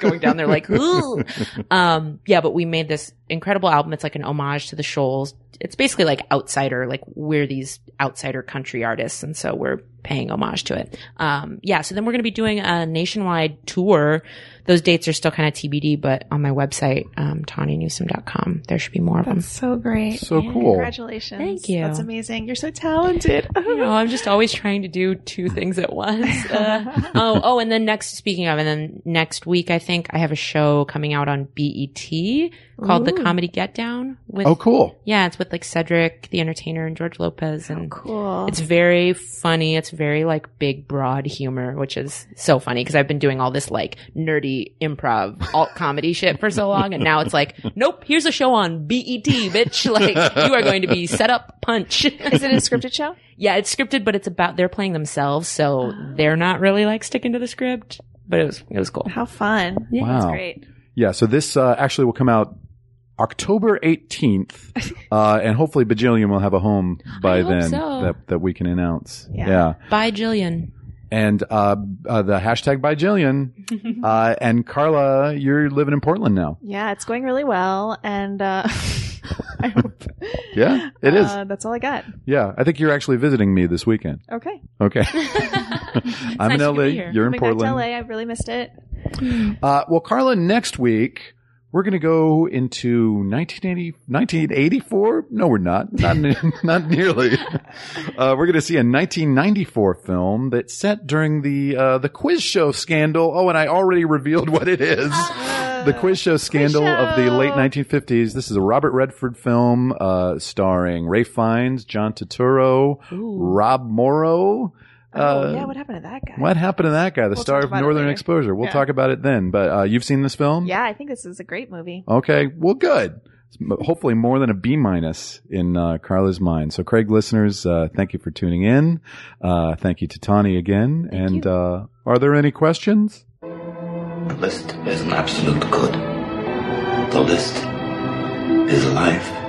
going down there like, ooh. Um, yeah, but we made this incredible album. It's like an homage to the Shoals. It's basically like outsider, like we're these outsider country artists, and so we're paying homage to it. Um, yeah, so then we're going to be doing a nationwide tour. Those dates are still kind of TBD, but on my website, um, TawnyNewsom.com, there should be more of them.
That's so great.
So cool.
Congratulations.
Thank you.
That's amazing. You're so talented.
you know, I'm just always trying to do two things at once. Uh, oh, oh, and then next, speaking of, and then next week, I think I have a show coming out on BET called The
Ooh.
Comedy Get Down. With,
Oh, cool.
Yeah, it's with like Cedric, the entertainer, and George Lopez. And
Oh, cool.
it's very funny. It's very like big, broad humor, which is so funny because I've been doing all this like nerdy improv alt comedy shit for so long. And now it's like, nope, here's a show on BET, bitch. Like, you are going to be set up punch.
Is it a scripted show?
Yeah, it's scripted, but it's about they're playing themselves, so they're not really like sticking to the script. But it was it was cool.
How fun.
Yeah.
Wow.
That's great.
Yeah. So this, uh, actually will come out October 18th. uh, and hopefully Bajillion will have a home by
I hope
then
so.
that, that we can announce.
Yeah.
Bye, Jillian.
And, uh, uh, the hashtag by
Mm-hmm.
Jillian. uh, and Carla, you're living in Portland now.
Yeah, it's going really well. And uh, I hope
Yeah, it is.
Uh, that's all I got.
Yeah. I think you're actually visiting me this weekend.
Okay.
Okay. I'm
nice
in
to
LA.
be here.
You're in
Coming
Portland.
back to LA. I really missed it.
Uh, well, Carla, next week we're going to go into 1980, 1984. No, we're not. Not, not nearly. Uh, we're going to see a 1994 film that's set during the uh, the quiz show scandal. Oh, and I already revealed what it is. The quiz show scandal of the late 1950s. This is a Robert Redford film uh, starring Ray Fiennes, John Turturro, Rob Morrow.
oh,
uh,
yeah. What happened to that guy?
what happened to that guy, the
We'll
star
talk
of
about it
Northern
later.
Exposure? We'll
Yeah.
talk about it then. But uh, you've seen this film?
Yeah, I think this is a great movie.
Okay. Well, good. hopefully more than a B minus in uh, Carla's mind. So, Craig listeners, uh, thank you for tuning in. Uh, thank you to Tani again. and Uh, are there any questions?
The list is an absolute good. The list is life.